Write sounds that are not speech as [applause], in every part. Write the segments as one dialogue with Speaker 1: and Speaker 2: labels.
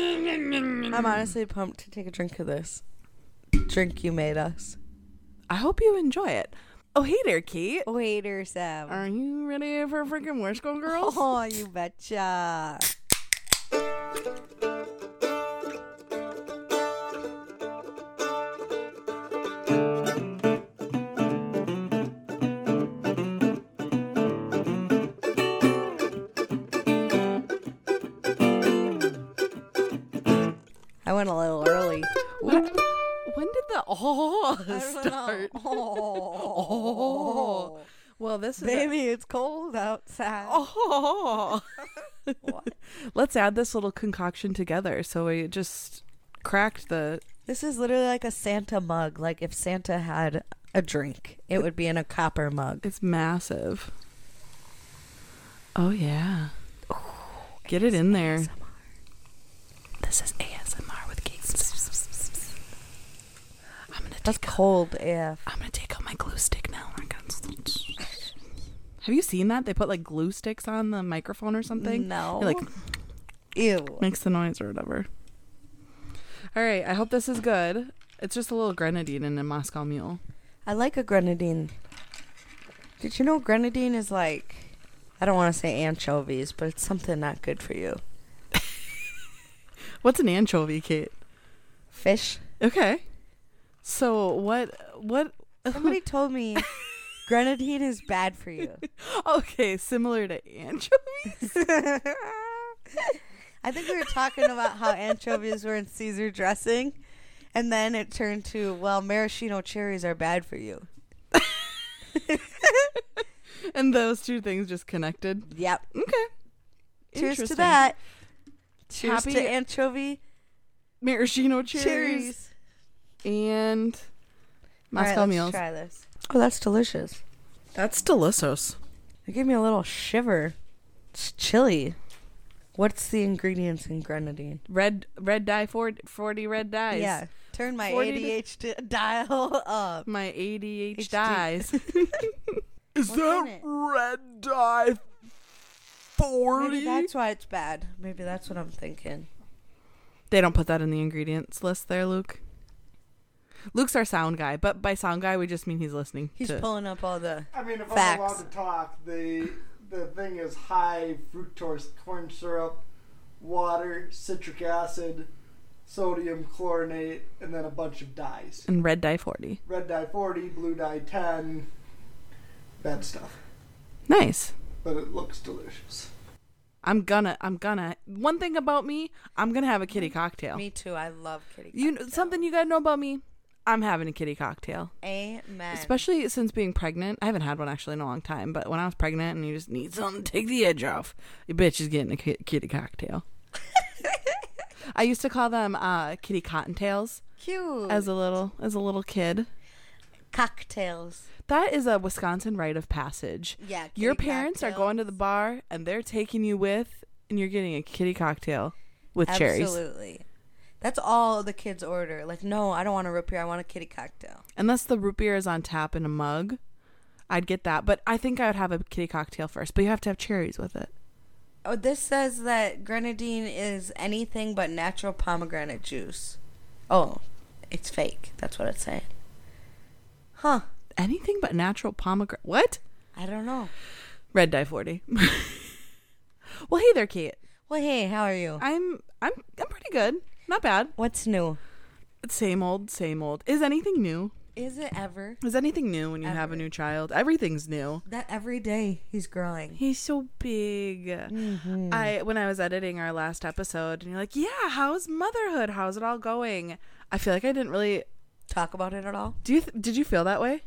Speaker 1: I'm honestly pumped to take a drink of this. Drink you made us.
Speaker 2: I hope you enjoy it. Oh, hey there, Kate.
Speaker 1: Waiter Sam.
Speaker 2: Are you ready for freaking Where's Gone Girls? [laughs]
Speaker 1: Oh, you betcha. I went a little early.
Speaker 2: When, when did the [laughs] oh start?
Speaker 1: [laughs] Oh.
Speaker 2: Well, this is a-
Speaker 1: Baby, it's cold outside. [laughs]
Speaker 2: oh. [laughs] Let's add this little concoction together. So we just cracked the.
Speaker 1: This is literally like a Santa mug. Like if Santa had a drink, it would be in a copper mug.
Speaker 2: It's massive. Oh yeah. Get it in there. This is ASMR with [laughs] Kate. I'm gonna
Speaker 1: That's cold AF.
Speaker 2: I'm gonna take out my glue stick now. I'm gonna- [laughs] Have you seen that? They put like glue sticks on the microphone or something.
Speaker 1: No.
Speaker 2: It, like
Speaker 1: Ew.
Speaker 2: makes the noise or whatever. All right. I hope this is good. It's just a little grenadine and a Moscow mule.
Speaker 1: I like a grenadine. Did you know grenadine is like I don't want to say anchovies, but it's something not good for you.
Speaker 2: What's an anchovy, Kate?
Speaker 1: [laughs] Fish.
Speaker 2: Okay. So what? What?
Speaker 1: Somebody told me grenadine is bad for you.
Speaker 2: [laughs] Okay, similar to anchovies.
Speaker 1: [laughs] I think we were talking
Speaker 2: [laughs]
Speaker 1: about how anchovies were in Caesar dressing, and then it turned to, well, maraschino cherries are bad for you.
Speaker 2: and those two things just connected.
Speaker 1: Yep.
Speaker 2: Okay.
Speaker 1: Cheers to
Speaker 2: Interesting.
Speaker 1: that. Cheers
Speaker 2: Happy
Speaker 1: to anchovy
Speaker 2: Maraschino
Speaker 1: cherries.
Speaker 2: cherries. and
Speaker 1: All right,
Speaker 2: Moscow
Speaker 1: let's
Speaker 2: mules.
Speaker 1: try this. Oh, that's delicious.
Speaker 2: That's delicious.
Speaker 1: It gave me a little shiver. It's chilly. What's the ingredients in grenadine?
Speaker 2: Red red dye 40, 40 red dyes.
Speaker 1: Yeah. Turn my
Speaker 2: 40 to-
Speaker 1: ADHD dial up.
Speaker 2: My ADH
Speaker 1: HD. [laughs]
Speaker 2: dyes. [laughs] Is
Speaker 1: What's that in it?
Speaker 2: red dye 40?
Speaker 1: Maybe that's why it's bad. Maybe that's what I'm thinking.
Speaker 2: They don't put that in the ingredients list there, Luke. Luke's our sound guy, but by sound guy we just mean he's listening.
Speaker 1: He's
Speaker 2: to-
Speaker 1: pulling up all the.
Speaker 3: I mean, if I'm
Speaker 1: Facts.
Speaker 3: allowed to talk, the the thing is high fructose corn syrup, water, citric acid, sodium chlorinate, and then a bunch of dyes.
Speaker 2: and red dye 40.
Speaker 3: Red dye 40, blue dye 10, bad stuff.
Speaker 2: Nice.
Speaker 3: But it looks delicious.
Speaker 2: I'm gonna I'm gonna one thing about me, I'm gonna have a kitty cocktail.
Speaker 1: Me too. I love kitty.
Speaker 2: Oh. You know, something you gotta know about me. I'm having a kitty cocktail.
Speaker 1: Amen.
Speaker 2: Especially since being pregnant, I haven't had one actually in a long time. But when I was pregnant, and you just need something to take the edge off, your bitch is getting a ki- kitty
Speaker 1: [laughs]
Speaker 2: cocktail. I used to call them uh, kitty cottontails
Speaker 1: cute
Speaker 2: as a little as a little kid.
Speaker 1: cocktails.
Speaker 2: That is a Wisconsin rite of passage.
Speaker 1: Yeah, kitty
Speaker 2: your parents are going to the bar and they're taking you with, and you're getting a kitty cocktail with cherries.
Speaker 1: Absolutely. That's all the kids order. Like, no, I don't want a root beer. I want a kitty cocktail.
Speaker 2: Unless the root beer is on tap in a mug, I'd get that. But I think I would have a kitty cocktail first. But you have to have cherries with it.
Speaker 1: Oh, this says that grenadine is anything but natural pomegranate juice. Oh, it's fake. That's what it's saying. Huh.
Speaker 2: Anything but natural pomegranate. What?
Speaker 1: I don't know.
Speaker 2: Red dye 40. [laughs] well, hey there, Kate.
Speaker 1: Well, hey, how are you?
Speaker 2: I'm I'm I'm pretty good. Not bad.
Speaker 1: What's new?
Speaker 2: Same old, same old. Is anything new?
Speaker 1: Is it ever?
Speaker 2: Is anything new when you have a new child? Everything's new.
Speaker 1: That every day he's growing.
Speaker 2: He's so big. I when I was editing our last episode and you're like, "Yeah, how's motherhood? How's it all going?" I feel like I didn't really
Speaker 1: Talk about it at all?
Speaker 2: Do you th- did you feel that way?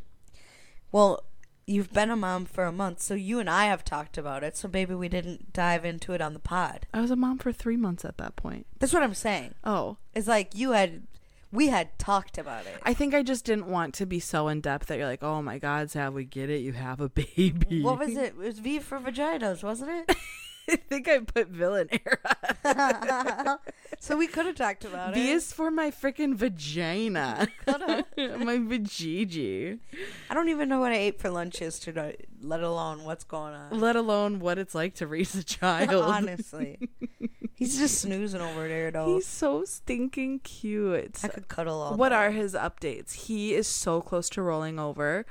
Speaker 1: Well, you've been a mom for a month, so you and I have talked about it. So maybe we didn't dive into it on the pod.
Speaker 2: I was a mom for 3 months at that point.
Speaker 1: That's what I'm saying.
Speaker 2: Oh,
Speaker 1: It's like you had, we had talked about it.
Speaker 2: I think I just didn't want to be so in depth that you're like, "Oh my god, Sav, we get it. You have a [laughs] baby."
Speaker 1: What was it? It was V for vaginas, wasn't it?
Speaker 2: [laughs] I think I put villain era.
Speaker 1: so we could have talked about
Speaker 2: V
Speaker 1: it.
Speaker 2: is for my freaking vagina. [laughs] my vajiji.
Speaker 1: I don't even know what I ate for lunch yesterday, let alone what's going on.
Speaker 2: Let alone what it's like to raise a child.
Speaker 1: Honestly,
Speaker 2: He's just
Speaker 1: snoozing over there
Speaker 2: [laughs]
Speaker 1: though.
Speaker 2: he's so stinking cute.
Speaker 1: I could cuddle all.
Speaker 2: What
Speaker 1: day.
Speaker 2: are his updates? He is so close to rolling over.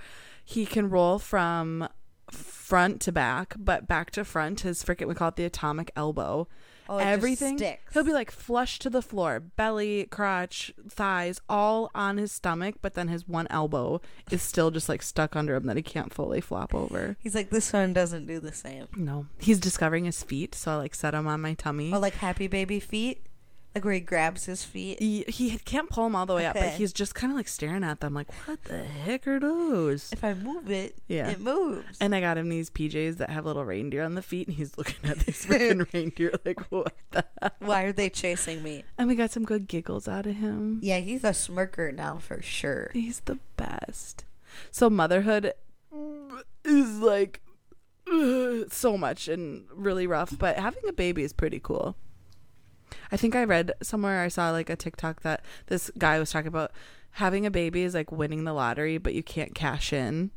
Speaker 2: He can roll from front to back, but back to front. His freaking we call it the atomic elbow.
Speaker 1: Oh, it just
Speaker 2: Everything.
Speaker 1: sticks.
Speaker 2: He'll be like flush to the floor, belly, crotch, thighs, all on his stomach, but then his one elbow is still just like stuck under him that he can't fully flop over.
Speaker 1: He's like this one doesn't do the same.
Speaker 2: No, he's discovering his feet, so I like set him on my tummy.
Speaker 1: Or like happy baby feet, like where he grabs his feet.
Speaker 2: he, he can't pull them all the way up,
Speaker 1: [laughs]
Speaker 2: but
Speaker 1: Okay.
Speaker 2: he's just kind of like staring at them, like, what the heck are those?
Speaker 1: If I move it,
Speaker 2: Yeah.
Speaker 1: it moves.
Speaker 2: And I got him these PJs that have little reindeer on the feet, and he's looking at [laughs] these freaking reindeer like, what the?
Speaker 1: Why are they chasing me?
Speaker 2: And we got some good giggles out of him.
Speaker 1: Yeah, he's a smirker now for sure.
Speaker 2: He's the best. So motherhood is like [clears throat] ugh, so much and really rough, but having a baby is pretty cool. I think I read somewhere I saw like a TikTok that this guy was talking about having a baby is like winning the lottery, but you can't cash in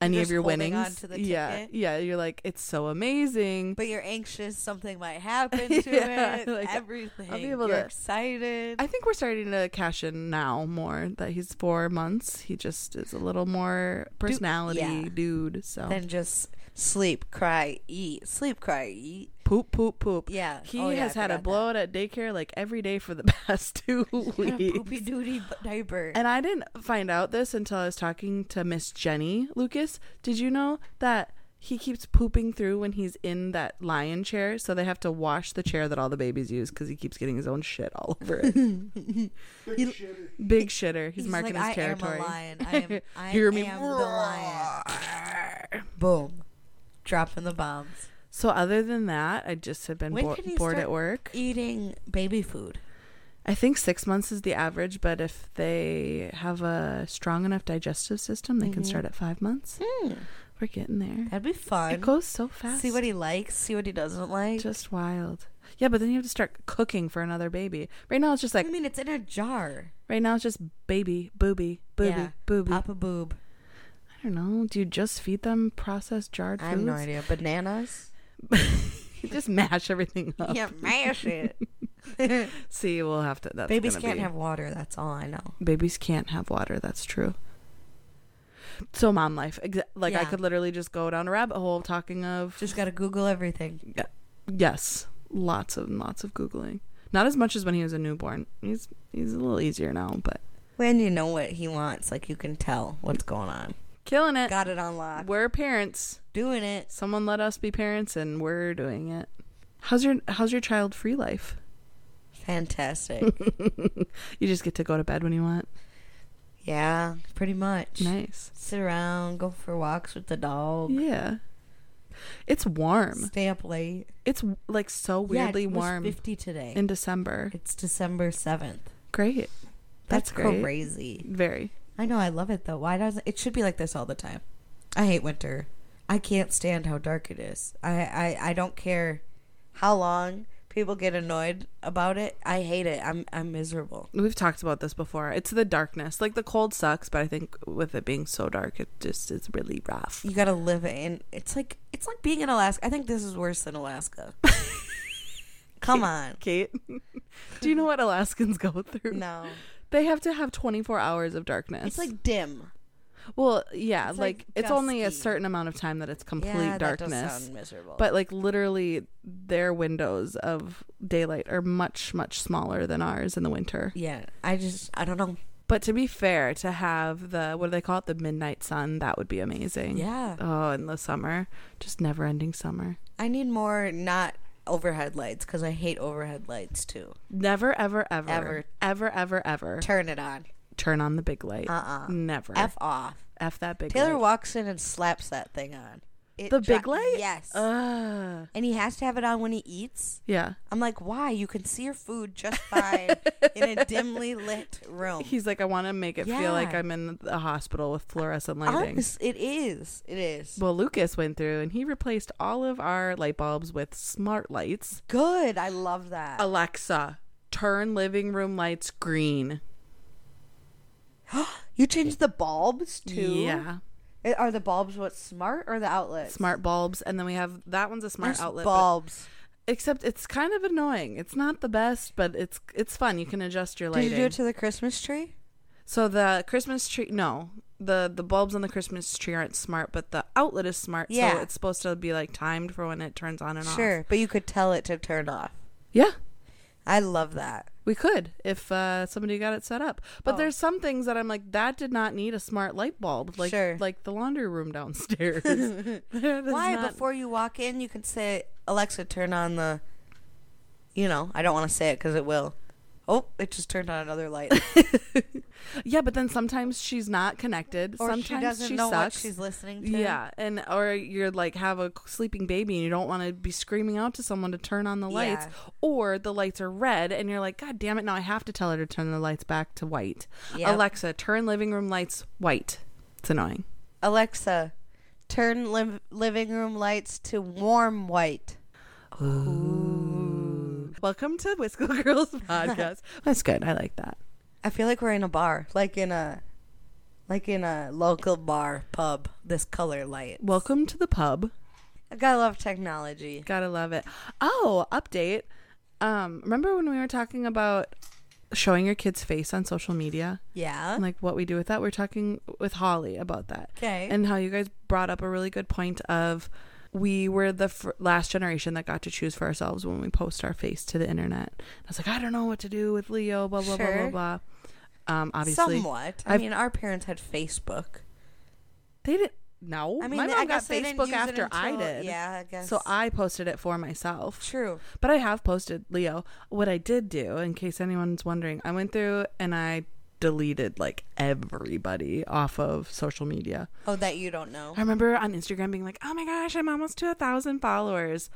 Speaker 2: any
Speaker 1: You're
Speaker 2: of
Speaker 1: just
Speaker 2: your
Speaker 1: holding
Speaker 2: winnings.
Speaker 1: on to the
Speaker 2: yeah,
Speaker 1: ticket.
Speaker 2: yeah, you're like it's so amazing.
Speaker 1: But you're anxious something might happen
Speaker 2: [laughs]
Speaker 1: to
Speaker 2: Yeah,
Speaker 1: it.
Speaker 2: like, I'll be
Speaker 1: everything.
Speaker 2: able
Speaker 1: you're
Speaker 2: to-
Speaker 1: excited.
Speaker 2: I think we're starting to cash in now more that he's four months. He just is a little more personality
Speaker 1: yeah.
Speaker 2: dude. So
Speaker 1: then just sleep, cry, eat. Sleep, cry, eat.
Speaker 2: poop, poop, poop.
Speaker 1: Yeah.
Speaker 2: He
Speaker 1: Oh, yeah,
Speaker 2: has
Speaker 1: I
Speaker 2: had a
Speaker 1: forgot that.
Speaker 2: blowout at daycare like every day for the [laughs] past
Speaker 1: [laughs]
Speaker 2: two
Speaker 1: Got a
Speaker 2: weeks.
Speaker 1: poopy duty diaper.
Speaker 2: And I didn't find out this until I was talking to Miss Jenny Lucas. Did you know that he keeps pooping through when he's in that lion chair? So they have to wash the chair that all the babies use because he keeps getting his own shit all over
Speaker 1: [laughs]
Speaker 2: it.
Speaker 3: Big
Speaker 2: You-
Speaker 3: shitter.
Speaker 2: Big shitter. He's,
Speaker 1: He's
Speaker 2: marking
Speaker 1: like,
Speaker 2: his
Speaker 1: "I am a
Speaker 2: territory. [laughs]
Speaker 1: lion. I am- I
Speaker 2: Hear me.
Speaker 1: am the lion." Boom. Dropping the bombs.
Speaker 2: So other than that, I just have been
Speaker 1: When
Speaker 2: bo-
Speaker 1: can you
Speaker 2: bored
Speaker 1: start-
Speaker 2: at work.
Speaker 1: Eating baby food.
Speaker 2: I think six months is the average, but if they have a strong enough digestive system, they
Speaker 1: Mm-hmm.
Speaker 2: can start at five months.
Speaker 1: Hmm.
Speaker 2: We're getting there.
Speaker 1: That'd be fun.
Speaker 2: It goes so fast.
Speaker 1: See what he likes, see what he doesn't like.
Speaker 2: just wild. Yeah, but then you have to start cooking for another baby. Right now it's just like
Speaker 1: I mean, it's in a jar.
Speaker 2: right now it's just baby, booby, booby,
Speaker 1: Yeah. Uh,
Speaker 2: booby.
Speaker 1: Pop a boob.
Speaker 2: I don't know. Do you just feed them processed jarred
Speaker 1: I have no
Speaker 2: foods?
Speaker 1: idea. [laughs] Bananas?
Speaker 2: You [laughs] just mash everything up.
Speaker 1: Yeah, mash [laughs] it.
Speaker 2: See, we'll have to. That's
Speaker 1: Babies
Speaker 2: gonna
Speaker 1: can't
Speaker 2: be-
Speaker 1: have water. That's all I know.
Speaker 2: babies can't have water. That's true. So mom life, exa- like I
Speaker 1: Yeah.
Speaker 2: could literally just go down a rabbit hole talking of
Speaker 1: Just gotta Google everything.
Speaker 2: yes, lots of lots of googling. Not as much as when he was a newborn. He's he's a little easier now, but
Speaker 1: When you know what he wants, like you can tell what's going on.
Speaker 2: killing it.
Speaker 1: Got it on lock.
Speaker 2: We're parents.
Speaker 1: Doing it.
Speaker 2: Someone let us be parents, and we're doing it. How's your how's your child free life?
Speaker 1: [laughs] Fantastic.
Speaker 2: You just get to go to bed when you want.
Speaker 1: yeah, pretty much.
Speaker 2: Nice.
Speaker 1: Sit around, go for walks with the dog,
Speaker 2: Yeah. It's warm.
Speaker 1: stay up late.
Speaker 2: It's like so
Speaker 1: Yeah,
Speaker 2: weirdly
Speaker 1: it was
Speaker 2: warm
Speaker 1: 50 today.
Speaker 2: in December.
Speaker 1: it's December 7th.
Speaker 2: Great.
Speaker 1: That's,
Speaker 2: That's great.
Speaker 1: crazy.
Speaker 2: Very.
Speaker 1: I know. I love it though. Why doesn't it should be like this all the time? I hate winter. I can't stand how dark it is. I I, I don't care how long people get annoyed about it. I hate it. I'm I'm miserable.
Speaker 2: We've talked about this before. It's the darkness. Like the cold sucks, but I think with it being so dark, it just is really rough.
Speaker 1: You gotta live it, and it's like it's like being in Alaska. I think this is worse than
Speaker 2: [laughs]
Speaker 1: Alaska. Come on.
Speaker 2: Kate, [laughs] do you know what Alaskans go through?
Speaker 1: No,
Speaker 2: They have to have 24 hours of darkness.
Speaker 1: it's like dim.
Speaker 2: well, yeah,
Speaker 1: it's
Speaker 2: like,
Speaker 1: like
Speaker 2: it's only a
Speaker 1: dusky.
Speaker 2: certain amount of time that it's complete
Speaker 1: yeah,
Speaker 2: darkness.
Speaker 1: that does sound miserable.
Speaker 2: But like literally their windows of daylight are much much smaller than ours in the winter.
Speaker 1: yeah, I just I don't know.
Speaker 2: But to be fair, to have the what do they call it the midnight sun, that would be amazing.
Speaker 1: Yeah,
Speaker 2: Oh, in the summer, just never-ending summer.
Speaker 1: I need more not overhead lights because I hate overhead lights too.
Speaker 2: Never, ever, ever,
Speaker 1: Ever.
Speaker 2: ever, ever, ever
Speaker 1: Turn it on.
Speaker 2: turn on the big light.
Speaker 1: Uh-uh.
Speaker 2: Never.
Speaker 1: F off.
Speaker 2: F that big
Speaker 1: Taylor
Speaker 2: light.
Speaker 1: walks in and slaps that thing on. It
Speaker 2: The big
Speaker 1: dri-
Speaker 2: light? Uh.
Speaker 1: Yes.
Speaker 2: Ugh.
Speaker 1: and he has to have it on when he eats.
Speaker 2: Yeah.
Speaker 1: I'm like, why? You can see your food just
Speaker 2: [laughs]
Speaker 1: fine in a dimly lit room.
Speaker 2: He's like, I want to make it feel like
Speaker 1: Oh. Yeah.
Speaker 2: I'm in the hospital with fluorescent lighting.
Speaker 1: Honest, it is. It is.
Speaker 2: Well, Lucas went through and he replaced all of our light bulbs with smart lights.
Speaker 1: Good. I love that.
Speaker 2: Alexa, turn living room lights green.
Speaker 1: You changed the bulbs too.
Speaker 2: Yeah.
Speaker 1: It- Are the bulbs what smart or the outlets?
Speaker 2: Smart bulbs. And then we have that one's a smart
Speaker 1: There's
Speaker 2: outlet. but
Speaker 1: bulbs.
Speaker 2: Except it's kind of annoying. It's not the best, but it's it's fun. You can adjust your
Speaker 1: Did
Speaker 2: lighting.
Speaker 1: you do it to the Christmas tree?
Speaker 2: so the Christmas tree, no, the the bulbs on the Christmas tree aren't smart, but the outlet is smart.
Speaker 1: Yeah.
Speaker 2: So it's supposed to be like timed for when it turns on and off.
Speaker 1: Sure, but you could tell it to turn off.
Speaker 2: Yeah.
Speaker 1: I love that.
Speaker 2: We could if uh, somebody got it set up. But
Speaker 1: Oh.
Speaker 2: there's some things that I'm like that did not need a smart light bulb, like
Speaker 1: Sure.
Speaker 2: like the laundry room
Speaker 1: [laughs]
Speaker 2: downstairs. [laughs] That is
Speaker 1: Why?
Speaker 2: not-
Speaker 1: Before you walk in, you can say, Alexa, turn on the. You know, I don't want to say it because it will. Oh, it just turned on
Speaker 2: [laughs]
Speaker 1: another light.
Speaker 2: Yeah, but then sometimes she's not connected.
Speaker 1: or
Speaker 2: sometimes
Speaker 1: she doesn't
Speaker 2: she
Speaker 1: know what
Speaker 2: sucks.
Speaker 1: she's listening to.
Speaker 2: yeah, and or you're like have a sleeping baby and you don't want to be screaming out to someone to turn on the lights,
Speaker 1: Yeah.
Speaker 2: or the lights are red and you're like, God damn it! Now I have to tell her to turn the lights back to white.
Speaker 1: Yep.
Speaker 2: Alexa, turn living room lights white. It's annoying.
Speaker 1: Alexa, turn liv- living room lights to warm white.
Speaker 2: Welcome to Whisker Girls [laughs] podcast. That's good. I like that.
Speaker 1: I feel like we're in a bar, like in a, like in a local bar pub. This color light.
Speaker 2: Welcome to the pub.
Speaker 1: I gotta love technology.
Speaker 2: Gotta love it. Oh, update. Um, remember when we were talking about showing your kid's face on social media
Speaker 1: Yeah.
Speaker 2: and like what we do with that? We were talking with Holly about that.
Speaker 1: 'Kay.
Speaker 2: And how you guys brought up a really good point of we were the f- last generation that got to choose for ourselves when we post our face to the internet. I was like, I don't know what to do with Leo. Blah blah blah
Speaker 1: Sure.
Speaker 2: blah blah. Um, obviously,
Speaker 1: Somewhat. I
Speaker 2: I've-
Speaker 1: mean, our parents had Facebook.
Speaker 2: They didn't. No,
Speaker 1: I mean,
Speaker 2: my
Speaker 1: they-
Speaker 2: mom
Speaker 1: I
Speaker 2: got
Speaker 1: guess they didn't
Speaker 2: Facebook
Speaker 1: use it
Speaker 2: after I
Speaker 1: until-
Speaker 2: did.
Speaker 1: yeah, I guess.
Speaker 2: So I posted it for myself.
Speaker 1: True.
Speaker 2: But I have posted Leo. What I did do, in case anyone's wondering, I went through and I deleted like everybody off of social media.
Speaker 1: Oh, that you don't know.
Speaker 2: I remember on Instagram being like, "Oh my gosh, I'm almost to a thousand followers."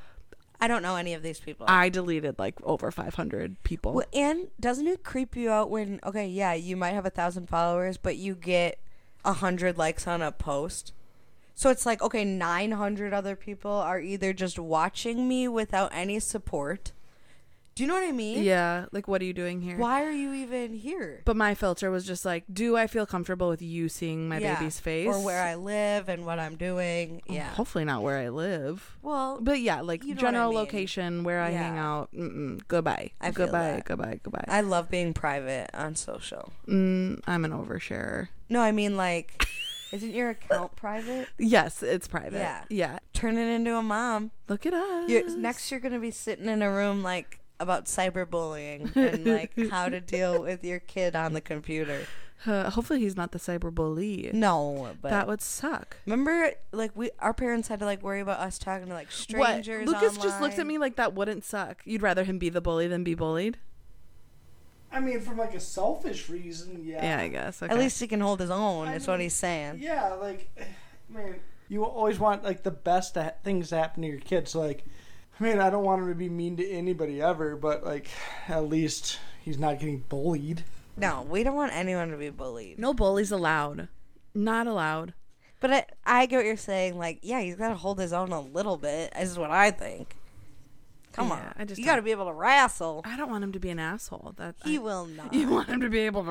Speaker 1: I don't know any of these people.
Speaker 2: I deleted like over 500 people.
Speaker 1: Well, and doesn't it creep you out when okay, yeah, you might have a thousand followers, but you get a hundred likes on a post. So it's like okay, nine hundred other people are either just watching me without any support. Do you know what I mean?
Speaker 2: Yeah, like what are you doing here?
Speaker 1: Why are you even here?
Speaker 2: But my filter was just like, "Do I feel comfortable with you seeing my
Speaker 1: Yeah.
Speaker 2: baby's face Oh,
Speaker 1: or where I live and what I'm doing. Yeah.
Speaker 2: Hopefully not where I live.
Speaker 1: Well,
Speaker 2: But yeah, like
Speaker 1: You know what I
Speaker 2: general
Speaker 1: mean.
Speaker 2: location where I hang
Speaker 1: Yeah.
Speaker 2: out. Mm-mm, goodbye.
Speaker 1: I feel
Speaker 2: goodbye.
Speaker 1: that.
Speaker 2: Goodbye. Goodbye.
Speaker 1: I love being private on social.
Speaker 2: mm, I'm an oversharer.
Speaker 1: No, I mean like, isn't your [laughs] account private?
Speaker 2: Yes, it's private.
Speaker 1: Yeah.
Speaker 2: Yeah.
Speaker 1: Turn it into a mom.
Speaker 2: Look at us.
Speaker 1: You're, next, you're gonna be sitting in a room like about
Speaker 2: [laughs]
Speaker 1: cyberbullying and like how to deal with your kid on the computer.
Speaker 2: Uh, hopefully he's not the cyber bully.
Speaker 1: No, but
Speaker 2: That would suck.
Speaker 1: remember, like we, our parents had to like worry about us talking to like strangers.
Speaker 2: Lucas just looked at
Speaker 1: online.
Speaker 2: me like that wouldn't suck. You'd rather him be the bully than be bullied?
Speaker 3: I mean, from like a selfish reason, yeah.
Speaker 2: Yeah, I guess. Okay.
Speaker 1: At least he can hold his own.
Speaker 3: I
Speaker 1: is what
Speaker 3: mean,
Speaker 1: he's saying.
Speaker 3: Yeah, like, [sighs] man, you always want like the best to ha- things to happen to your kids. Like, I mean, I don't want him to be mean to anybody ever, but like, at least he's not getting bullied.
Speaker 1: No, we don't want anyone to be bullied.
Speaker 2: no bullies allowed. Not allowed.
Speaker 1: But I, I get what you're saying. Like, yeah, he's got to hold his own a little bit. Is what I think. Come
Speaker 2: Yeah,
Speaker 1: on,
Speaker 2: I just
Speaker 1: you got to
Speaker 2: don't-
Speaker 1: be able to wrestle.
Speaker 2: I don't want him to be an asshole. That
Speaker 1: He
Speaker 2: I-
Speaker 1: will
Speaker 2: [laughs]
Speaker 1: not.
Speaker 2: You want him to be able to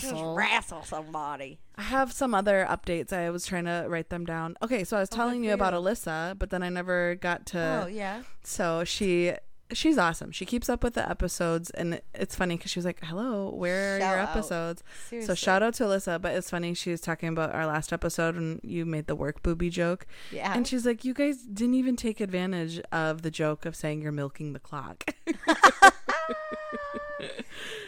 Speaker 1: Just
Speaker 2: wrestle.
Speaker 1: wrestle somebody.
Speaker 2: I have some other updates. I was trying to write them down. Okay, so I was telling you
Speaker 1: for
Speaker 2: about
Speaker 1: you.
Speaker 2: Alyssa, but then I never got to.
Speaker 1: oh yeah.
Speaker 2: So she she's awesome. She keeps up with the episodes, and it's funny because she was like, "Hello, where are
Speaker 1: Shout
Speaker 2: your
Speaker 1: out.
Speaker 2: episodes?" So
Speaker 1: Seriously.
Speaker 2: shout out to Alyssa. But it's funny she was talking about our last episode when you made the work booby joke,
Speaker 1: Yeah.
Speaker 2: and she's like, "You guys didn't even take advantage of the joke of saying you're milking the clock." [laughs]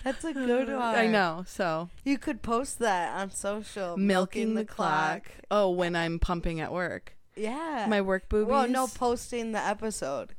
Speaker 1: That's a good one.
Speaker 2: [laughs] I know. So
Speaker 1: You could post that on social.
Speaker 2: milking, the, clock. Oh, when I'm pumping at work,
Speaker 1: Yeah.
Speaker 2: my work boobies.
Speaker 1: Well, no, posting the episode.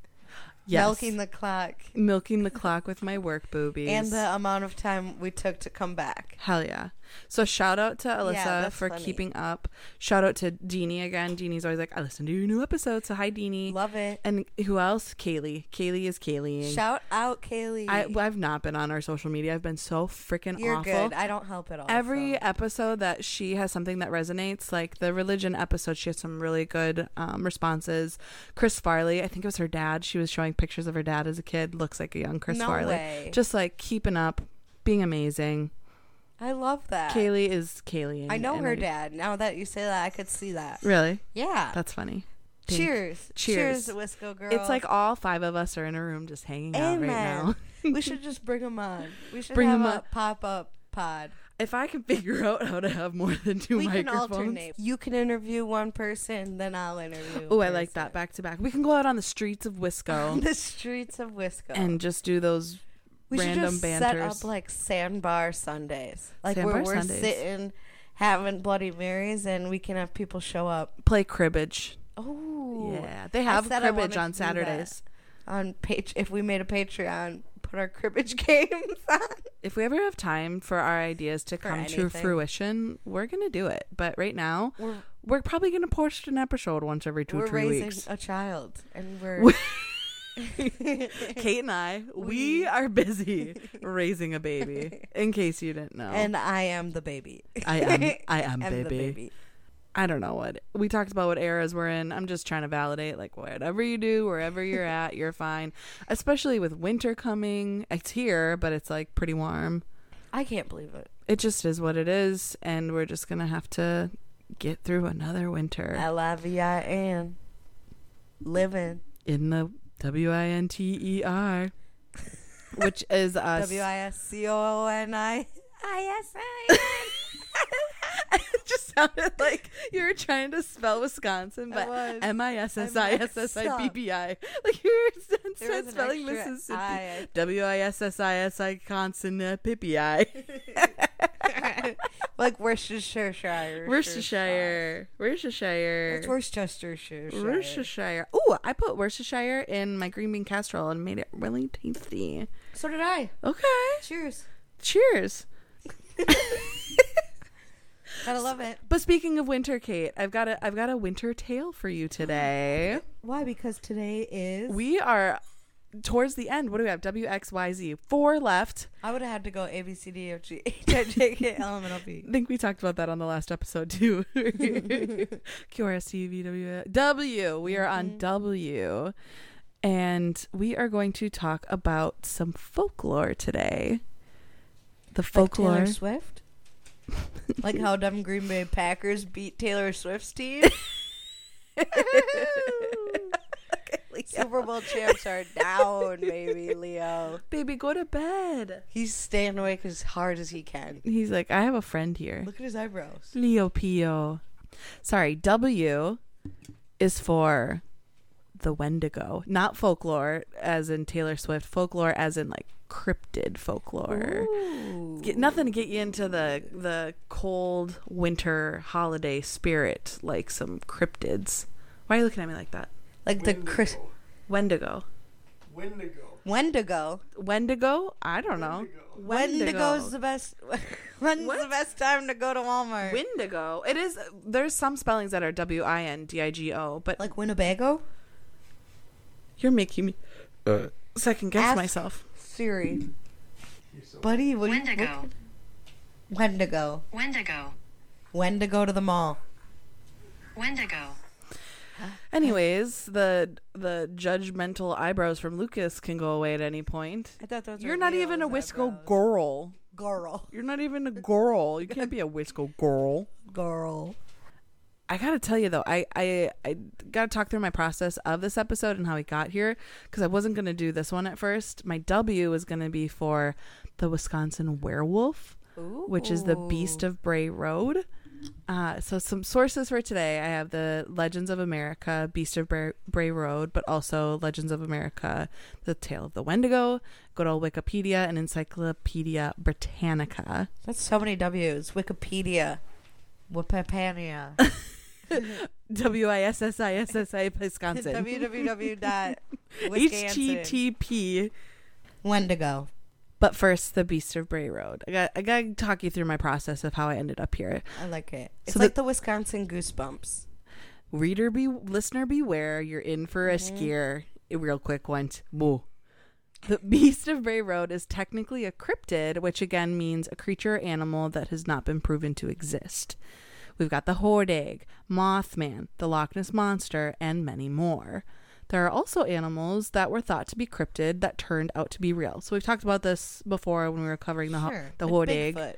Speaker 2: Yes.
Speaker 1: Milking the clock.
Speaker 2: milking the clock with my work boobies
Speaker 1: And the amount of time we took to come back.
Speaker 2: hell yeah so shout out to alyssa
Speaker 1: that's
Speaker 2: for
Speaker 1: funny.
Speaker 2: keeping up shout out to deanie again deanie's always like i listen to your new episode so hi deanie
Speaker 1: Love it.
Speaker 2: and who else kaylee kaylee is kaylee
Speaker 1: Shout out, Kaylee.
Speaker 2: I, well, i've not been on our social media i've been so freaking
Speaker 1: You're
Speaker 2: awful
Speaker 1: good. I don't help at all.
Speaker 2: Every
Speaker 1: so.
Speaker 2: episode that she has something that resonates, like the religion episode, she has some really good um, responses. Chris Farley, I think it was her dad. She was showing pictures of her dad as a kid. Looks like a young Chris
Speaker 1: No
Speaker 2: Farley.
Speaker 1: way.
Speaker 2: Just like keeping up, being amazing.
Speaker 1: I love that.
Speaker 2: Kaylee is Kaylee.
Speaker 1: I know
Speaker 2: and
Speaker 1: her dad. Now that you say that, I could see that.
Speaker 2: Really?
Speaker 1: Yeah.
Speaker 2: That's funny. think.
Speaker 1: Cheers.
Speaker 2: Cheers.
Speaker 1: Cheers, Wisco girl.
Speaker 2: It's like all five of us are in a room just hanging out right now. [laughs]
Speaker 1: Amen. we should just bring them on. We should
Speaker 2: Bring
Speaker 1: have
Speaker 2: 'em
Speaker 1: a
Speaker 2: up.
Speaker 1: pop up pod.
Speaker 2: If I can figure out how to have more than two
Speaker 1: we can
Speaker 2: microphones.
Speaker 1: alternate. You can interview one person, then I'll interview.
Speaker 2: Oh, I like that back to back. We can go out on the streets of Wisco
Speaker 1: [laughs] the streets of Wisco.
Speaker 2: and just do those
Speaker 1: we should
Speaker 2: random
Speaker 1: just set
Speaker 2: banters.
Speaker 1: up like sandbar Sundays, like
Speaker 2: Sandbar
Speaker 1: where we're
Speaker 2: Sundays.
Speaker 1: sitting having Bloody Marys, and we can have people show up.
Speaker 2: play cribbage.
Speaker 1: Oh,
Speaker 2: Yeah, they have
Speaker 1: said I wanted
Speaker 2: cribbage
Speaker 1: to
Speaker 2: on
Speaker 1: do that.
Speaker 2: Saturdays.
Speaker 1: On page, if we made a Patreon, put our cribbage [laughs] games on.
Speaker 2: If we ever have time for our ideas to
Speaker 1: For
Speaker 2: come to
Speaker 1: anything.
Speaker 2: fruition, we're gonna do it. But right now,
Speaker 1: We're,
Speaker 2: we're probably gonna post an episode once every 2
Speaker 1: we're
Speaker 2: 3
Speaker 1: raising
Speaker 2: weeks.
Speaker 1: a child, and we're [laughs]
Speaker 2: Kate and I, we,
Speaker 1: We-
Speaker 2: [laughs] are
Speaker 1: [laughs]
Speaker 2: busy raising a baby. In case you didn't know,
Speaker 1: and I am the baby.
Speaker 2: [laughs] I am, I
Speaker 1: [laughs]
Speaker 2: am
Speaker 1: am the
Speaker 2: baby.
Speaker 1: baby.
Speaker 2: I don't know what we talked about what eras we're in. I'm just trying to validate like whatever you do, wherever
Speaker 1: [laughs]
Speaker 2: you're at, you're fine. Especially with winter coming. It's here, but it's like pretty warm.
Speaker 1: I can't believe it.
Speaker 2: It just is what it is, and we're just gonna have to get through another winter
Speaker 1: Uh, Alavia and living.
Speaker 2: in the W I N T E
Speaker 1: [laughs]
Speaker 2: R. Which is us.
Speaker 1: W I E S C O O N I I S I N. [laughs]
Speaker 2: it just sounded like you were trying to spell Wisconsin, but
Speaker 1: was.
Speaker 2: M I S S I S S I B B I. Like you were
Speaker 1: There was
Speaker 2: instead
Speaker 1: an
Speaker 2: spelling
Speaker 1: extra I, I
Speaker 2: Mississippi. W I S S I S I consonant pippy I.
Speaker 1: [laughs] Like Worcestershire.
Speaker 2: Worcestershire.
Speaker 1: It's
Speaker 2: Worcestershire.
Speaker 1: Worcestershire.
Speaker 2: Worcestershire. Ooh, I put Worcestershire in my green bean casserole and made it really tasty.
Speaker 1: So did I.
Speaker 2: Okay.
Speaker 1: Cheers.
Speaker 2: Cheers.
Speaker 1: Gotta love it.
Speaker 2: But speaking of winter, Kate, I've got a I've got a winter tale for you today.
Speaker 1: Why? Because today is.
Speaker 2: We are towards the end. What do we have? W X Y Z. Four left.
Speaker 1: I would have had to go A B C D E F G [laughs] H I J K L M N O P.
Speaker 2: I think we talked about that on the last episode too. [laughs] QRSTVW W. We are on W. And we are going to talk about some folklore today. The folklore.
Speaker 1: Like
Speaker 2: [laughs]
Speaker 1: Taylor [laughs] Swift. like how dumb Green Bay Packers beat Taylor Swift's [laughs] team. [laughs] Super Bowl champs are down, baby Leo.
Speaker 2: Baby, go to bed.
Speaker 1: He's staying awake as hard as he can.
Speaker 2: He's like, I have a friend here.
Speaker 1: Look at his eyebrows.
Speaker 2: Leo Pio. Sorry, W is for the Wendigo, not folklore as in Taylor Swift, folklore as in like cryptid folklore. Get, nothing to get you into the the cold winter holiday spirit like some cryptids. Why are you looking at me like that?
Speaker 1: Like the Chris
Speaker 2: Wendigo.
Speaker 3: Wendigo.
Speaker 1: Wendigo.
Speaker 2: Wendigo? I don't know.
Speaker 1: Wendigo's the best. [laughs] When's the
Speaker 2: What?
Speaker 1: best time to go to Walmart?
Speaker 2: Wendigo. It is there's some spellings that are W I N D I G O, but
Speaker 1: like Winnebago.
Speaker 2: You're making me second guess
Speaker 1: Ask-
Speaker 2: myself.
Speaker 1: Siri,
Speaker 3: You're so-
Speaker 1: buddy, what do you?
Speaker 4: Wendigo.
Speaker 1: Wendigo.
Speaker 4: Wendigo.
Speaker 1: Wendigo to the mall.
Speaker 4: Wendigo.
Speaker 2: Anyways, the the judgmental eyebrows from Lucas can go away at any point.
Speaker 1: I thought those
Speaker 2: You're not even a Wisco girl.
Speaker 1: girl.
Speaker 2: You're not even a girl. You can't be a Wisco girl.
Speaker 1: Girl.
Speaker 2: I gotta tell you though, I I, I gotta talk through my process of this episode and how we got here because I wasn't gonna do this one at first. My W was gonna be for the Wisconsin werewolf, which is the beast of Bray Road. Uh, so some sources for today, I have the Legends of America, Beast of Bray, Bray Road, but also Legends of America, The Tale of the Wendigo, good old Wikipedia, and Encyclopedia Britannica.
Speaker 1: That's so many W's. Wikipedia. [laughs] Wipapania.
Speaker 2: W i s s i s s i Wisconsin.
Speaker 1: www dot Wisconsin.
Speaker 2: HTTP.
Speaker 1: Wendigo.
Speaker 2: But first, the Beast of Bray Road. I got I got to talk you through my process of how I ended up here.
Speaker 1: I like it. It's
Speaker 2: So
Speaker 1: like the Wisconsin goosebumps.
Speaker 2: Reader be listener beware. You're in for a
Speaker 1: Mm-hmm.
Speaker 2: scare. A real quick one. Whoa. The [laughs] Beast of Bray Road is technically a cryptid, which again means a creature or animal that has not been proven to exist. We've got the Hordag, Mothman, the Loch Ness Monster, and many more. There are also animals that were thought to be cryptid that turned out to be real. So we've talked about this before when we were covering the, ho- the
Speaker 1: Like
Speaker 2: Hordag.
Speaker 1: Bigfoot.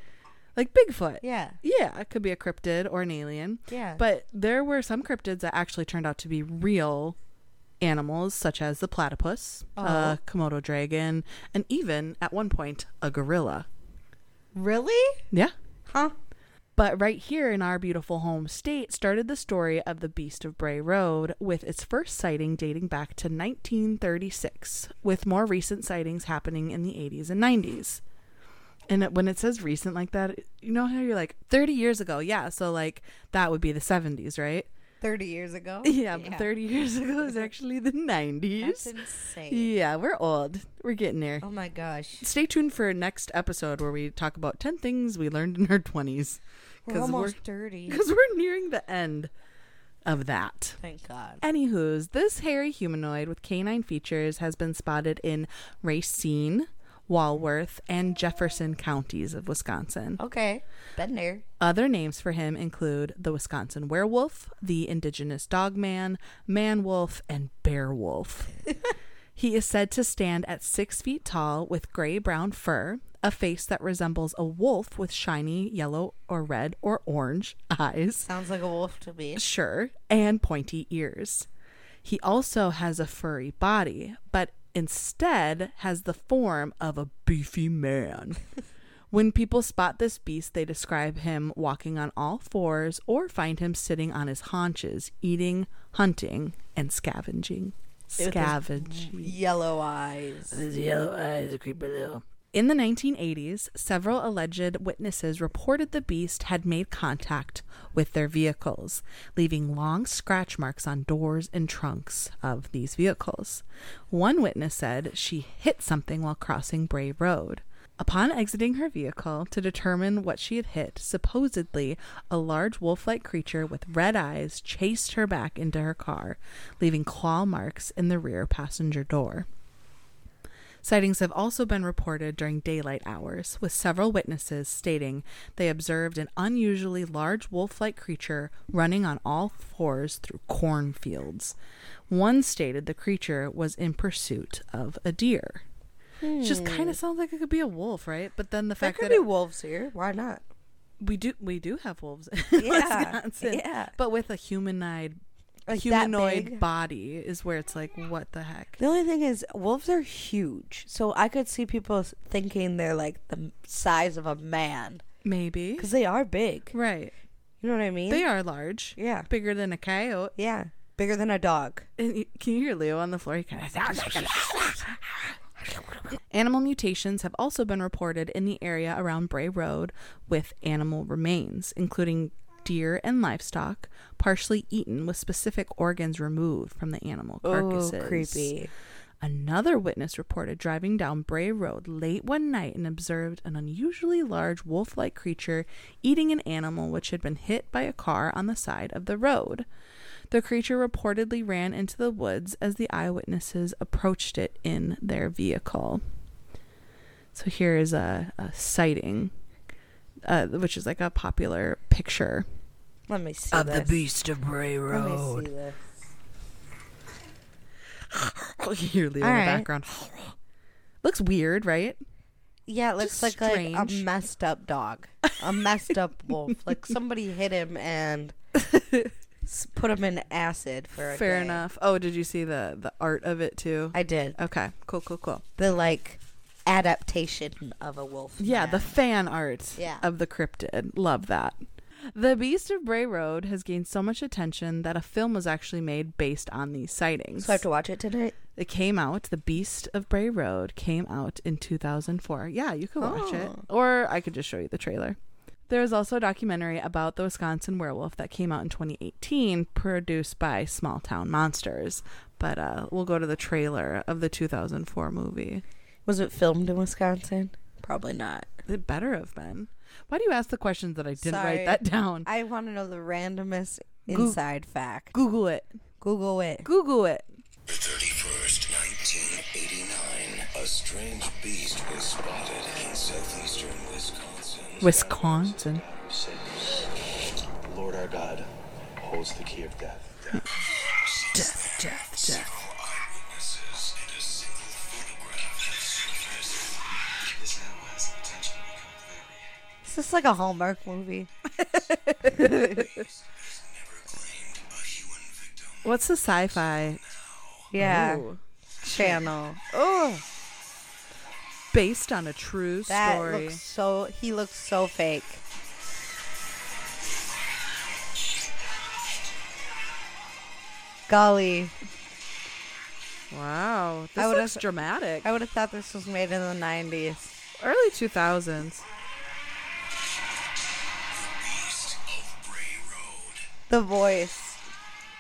Speaker 2: like Bigfoot.
Speaker 1: Yeah.
Speaker 2: Yeah, it could be a cryptid or an alien.
Speaker 1: Yeah.
Speaker 2: But there were some cryptids that actually turned out to be real animals, such as the platypus, a Komodo dragon, and even at one point a gorilla.
Speaker 1: really?
Speaker 2: Yeah.
Speaker 1: Huh?
Speaker 2: But right here in our beautiful home state started the story of the Beast of Bray Road, with its first sighting dating back to 1936, with more recent sightings happening in the 80s and 90s. And it- when it says recent like that, you know how you're like 30 years ago, yeah. So like that would be the 70s, right? [laughs]
Speaker 1: 30 years ago? [laughs]
Speaker 2: Yeah, but 30 years ago is actually the 90s.
Speaker 1: That's insane.
Speaker 2: Yeah, we're old. We're getting there.
Speaker 1: Oh my gosh. [laughs]
Speaker 2: Stay tuned for next episode where we talk about 10 things we learned in our 20s.
Speaker 1: We're almost [laughs] 30.
Speaker 2: Because we're nearing the end of that.
Speaker 1: Thank God.
Speaker 2: Anywho's, this hairy humanoid with canine features has been spotted in Racine, Walworth, and Jefferson counties of Wisconsin.
Speaker 1: Okay. Been there.
Speaker 2: Other names for him include the Wisconsin werewolf, the indigenous dogman, man wolf, and bear wolf. he is said to stand at six feet tall with gray brown fur, a face that resembles a wolf with shiny yellow or red or orange [laughs] eyes,
Speaker 1: Sounds like a wolf to [laughs] me.
Speaker 2: sure, and pointy ears. He also has a furry body, but instead has the form of a beefy man. when people spot this beast, they describe him walking on all fours or find him sitting on his haunches, eating, hunting, and scavenging. Scavenging.
Speaker 1: Yellow eyes.
Speaker 2: In the 1980s, several alleged witnesses reported the beast had made contact with their vehicles, leaving long scratch marks on doors and trunks of these vehicles. One witness said she hit something while crossing Bray Road. Upon exiting her vehicle to determine what she had hit, supposedly a large wolf like creature with red eyes chased her back into her car, leaving claw marks in the rear passenger door. Sightings have also been reported during daylight hours, with several witnesses stating they observed an unusually large wolf like creature running on all fours through cornfields. One stated the creature was in pursuit of a deer. It Just kind of sounds like it could be a wolf, right? But then the
Speaker 1: There
Speaker 2: fact
Speaker 1: Hmm. could
Speaker 2: that
Speaker 1: be
Speaker 2: it-
Speaker 1: wolves here. Why not?
Speaker 2: we do we do have wolves [laughs] in
Speaker 1: Yeah,
Speaker 2: Wisconsin,
Speaker 1: yeah.
Speaker 2: but with a humanoid
Speaker 1: Like that
Speaker 2: humanoid
Speaker 1: big?
Speaker 2: body is where it's like, what the heck?
Speaker 1: The only thing is, wolves are huge. So I could see people s- thinking they're like the m- size of a man
Speaker 2: Maybe
Speaker 1: because they are big.
Speaker 2: right?
Speaker 1: You know what I mean?
Speaker 2: They are large.
Speaker 1: Yeah.
Speaker 2: Bigger than a coyote.
Speaker 1: Yeah. Bigger than a dog.
Speaker 2: And you- can you hear Leo on the floor? He kind of sounds like a Animal mutations have also been reported in the area around Bray Road with animal remains, including deer and livestock, partially eaten with specific organs removed from the animal
Speaker 1: Oh,
Speaker 2: carcasses.
Speaker 1: creepy.
Speaker 2: Another witness reported driving down Bray Road late one night and observed an unusually large wolf like creature eating an animal which had been hit by a car on the side of the road. The creature reportedly ran into the woods as the eyewitnesses approached it in their vehicle. So here is a, a sighting, uh, which is like a popular picture.
Speaker 1: Let me see of the beast of Bray Road. Let me see this.
Speaker 2: [laughs] you hear Leo
Speaker 1: All
Speaker 2: in the
Speaker 1: right.
Speaker 2: background. Looks weird, right?
Speaker 1: Yeah, it looks
Speaker 2: Just
Speaker 1: like, like a
Speaker 2: strange.
Speaker 1: messed up dog, a messed up [laughs] wolf. Like somebody hit him and s- put him in acid for a
Speaker 2: Fair
Speaker 1: day.
Speaker 2: enough. Oh, did you see the the art of it too?
Speaker 1: I did
Speaker 2: okay, cool, cool, cool.
Speaker 1: the like adaptation of a wolf.
Speaker 2: Yeah, the
Speaker 1: man.
Speaker 2: fan art
Speaker 1: Yeah.
Speaker 2: of the cryptid. Love that. The Beast of Bray Road has gained so much attention that a film was actually made based on these sightings.
Speaker 1: so I have to watch it tonight.
Speaker 2: it came out, The Beast of Bray Road came out in 2004. Yeah, you could watch it.
Speaker 1: Oh.
Speaker 2: Or I could just show you the trailer. There was also a documentary about the Wisconsin werewolf that came out in 2018, produced by Small Town Monsters. But uh, we'll go to the trailer of the 2004 movie.
Speaker 1: Was it filmed in Wisconsin? Probably not.
Speaker 2: It better have been. Why do you ask the questions that I didn't write
Speaker 1: Sorry.
Speaker 2: that down?
Speaker 1: I want to know the randomest
Speaker 2: Goo-
Speaker 1: inside fact.
Speaker 2: Google it.
Speaker 1: Google it.
Speaker 2: Google it.
Speaker 5: The 31st, 1989, a strange beast was spotted in southeastern Wisconsin.
Speaker 2: Wisconsin.
Speaker 5: Six. Lord our God holds the key of death.
Speaker 1: Death, death, death.
Speaker 5: Several eyewitnesses and a single photograph. This now has the potential to become very
Speaker 1: Is this like a Hallmark
Speaker 2: [laughs]
Speaker 1: movie?
Speaker 2: What's the sci-fi?
Speaker 1: Yeah.
Speaker 2: Ooh.
Speaker 1: Channel. Oh,
Speaker 2: Based on a true
Speaker 1: that
Speaker 2: story.
Speaker 1: looks so. He looks so fake. Golly,
Speaker 2: Wow, this
Speaker 1: I would've-
Speaker 2: looks dramatic.
Speaker 1: I would have thought this was made in the '90s.
Speaker 2: Early two thousands.
Speaker 1: The voice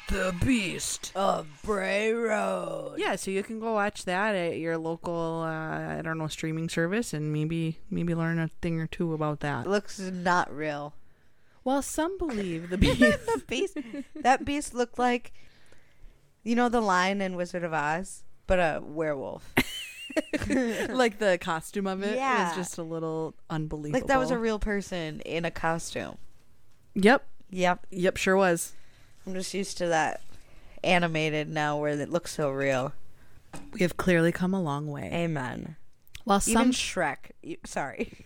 Speaker 2: The Beast.
Speaker 1: of Bray Road.
Speaker 2: Yeah, so you can go watch that at your local, uh, I don't know, streaming service, and maybe maybe learn a thing or two about that.
Speaker 1: Looks not real.
Speaker 2: Well, some believe the [laughs] Beast.
Speaker 1: the [laughs] beast. That beast looked like, you know, the lion in Wizard of Oz, but a werewolf.
Speaker 2: like the costume of it
Speaker 1: Yeah.
Speaker 2: was just a little unbelievable.
Speaker 1: [laughs] Like that was a real person in a costume.
Speaker 2: Yep.
Speaker 1: Yep,
Speaker 2: Yep, sure was.
Speaker 1: I'm just used to that animated now where it looks so real.
Speaker 2: We have clearly come a long way.
Speaker 1: Amen.
Speaker 2: While some
Speaker 1: Even Shrek. y-
Speaker 2: [laughs]
Speaker 1: Sorry.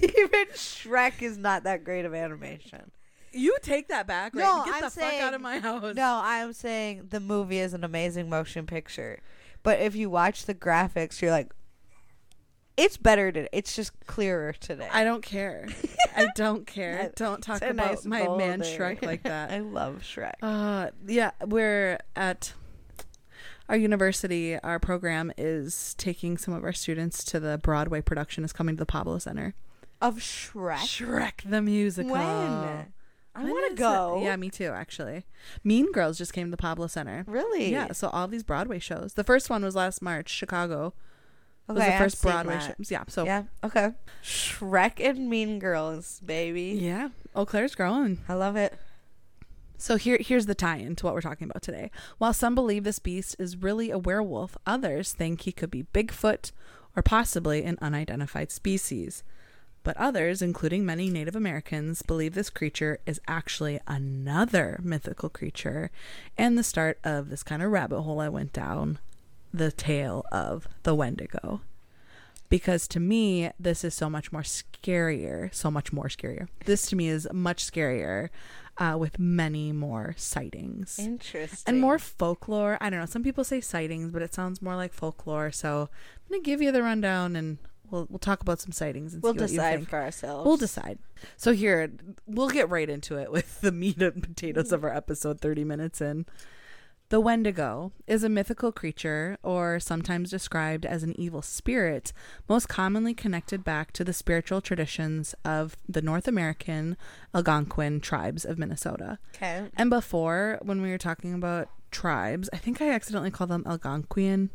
Speaker 1: Even Shrek is not that great of animation.
Speaker 2: you take that back, right?
Speaker 1: No,
Speaker 2: Get
Speaker 1: I'm
Speaker 2: the
Speaker 1: saying,
Speaker 2: fuck out of my house.
Speaker 1: No, I'm saying the movie is an amazing motion picture, but if you watch the graphics, you're like, it's better today. It's just clearer today.
Speaker 2: I don't care. I don't care. [laughs]
Speaker 1: That-
Speaker 2: Don't talk
Speaker 1: it's a
Speaker 2: about
Speaker 1: nice
Speaker 2: my man
Speaker 1: folder.
Speaker 2: Shrek
Speaker 1: [laughs]
Speaker 2: like that.
Speaker 1: I love Shrek.
Speaker 2: Uh, yeah, we're at our university. Our program is taking some of our students to the Broadway production. Is coming to the Pablo Center.
Speaker 1: of Shrek.
Speaker 2: Shrek the musical.
Speaker 1: When? I
Speaker 2: When
Speaker 1: want
Speaker 2: is
Speaker 1: to
Speaker 2: it?
Speaker 1: go.
Speaker 2: Yeah, me too. Actually, Mean Girls just came to the Pablo Center.
Speaker 1: Really?
Speaker 2: Yeah. So all these Broadway shows. The first one was last March. Chicago was
Speaker 1: Okay,
Speaker 2: the
Speaker 1: I've
Speaker 2: first
Speaker 1: seen
Speaker 2: Broadway show.
Speaker 1: that.
Speaker 2: Yeah. So
Speaker 1: Yeah. Okay. Shrek and Mean Girls, baby.
Speaker 2: yeah. Eau Claire's growing.
Speaker 1: I love it.
Speaker 2: So here here's the tie-in to what we're talking about today. While some believe this beast is really a werewolf, others think he could be Bigfoot or possibly an unidentified species. But others, including many Native Americans, believe this creature is actually another mythical creature and the start of this kind of rabbit hole I went down, the tale of the Wendigo. Because to me, this is so much more scarier, so much more scarier. This to me is much scarier uh, with many more sightings
Speaker 1: Interesting.
Speaker 2: and more folklore. I don't know. Some people say sightings, but it sounds more like folklore. So I'm gonna give you the rundown, and we'll we'll talk about some sightings and
Speaker 1: We'll
Speaker 2: see what you
Speaker 1: decide
Speaker 2: think.
Speaker 1: for ourselves.
Speaker 2: We'll decide. So here, we'll get right into it with [laughs] the meat and potatoes of our episode 30 minutes in. The Wendigo is a mythical creature, or sometimes described as an evil spirit, most commonly connected back to the spiritual traditions of the North American Algonquin tribes of Minnesota.
Speaker 1: Okay.
Speaker 2: And before, when we were talking about tribes, I think I accidentally called them Algonquian, and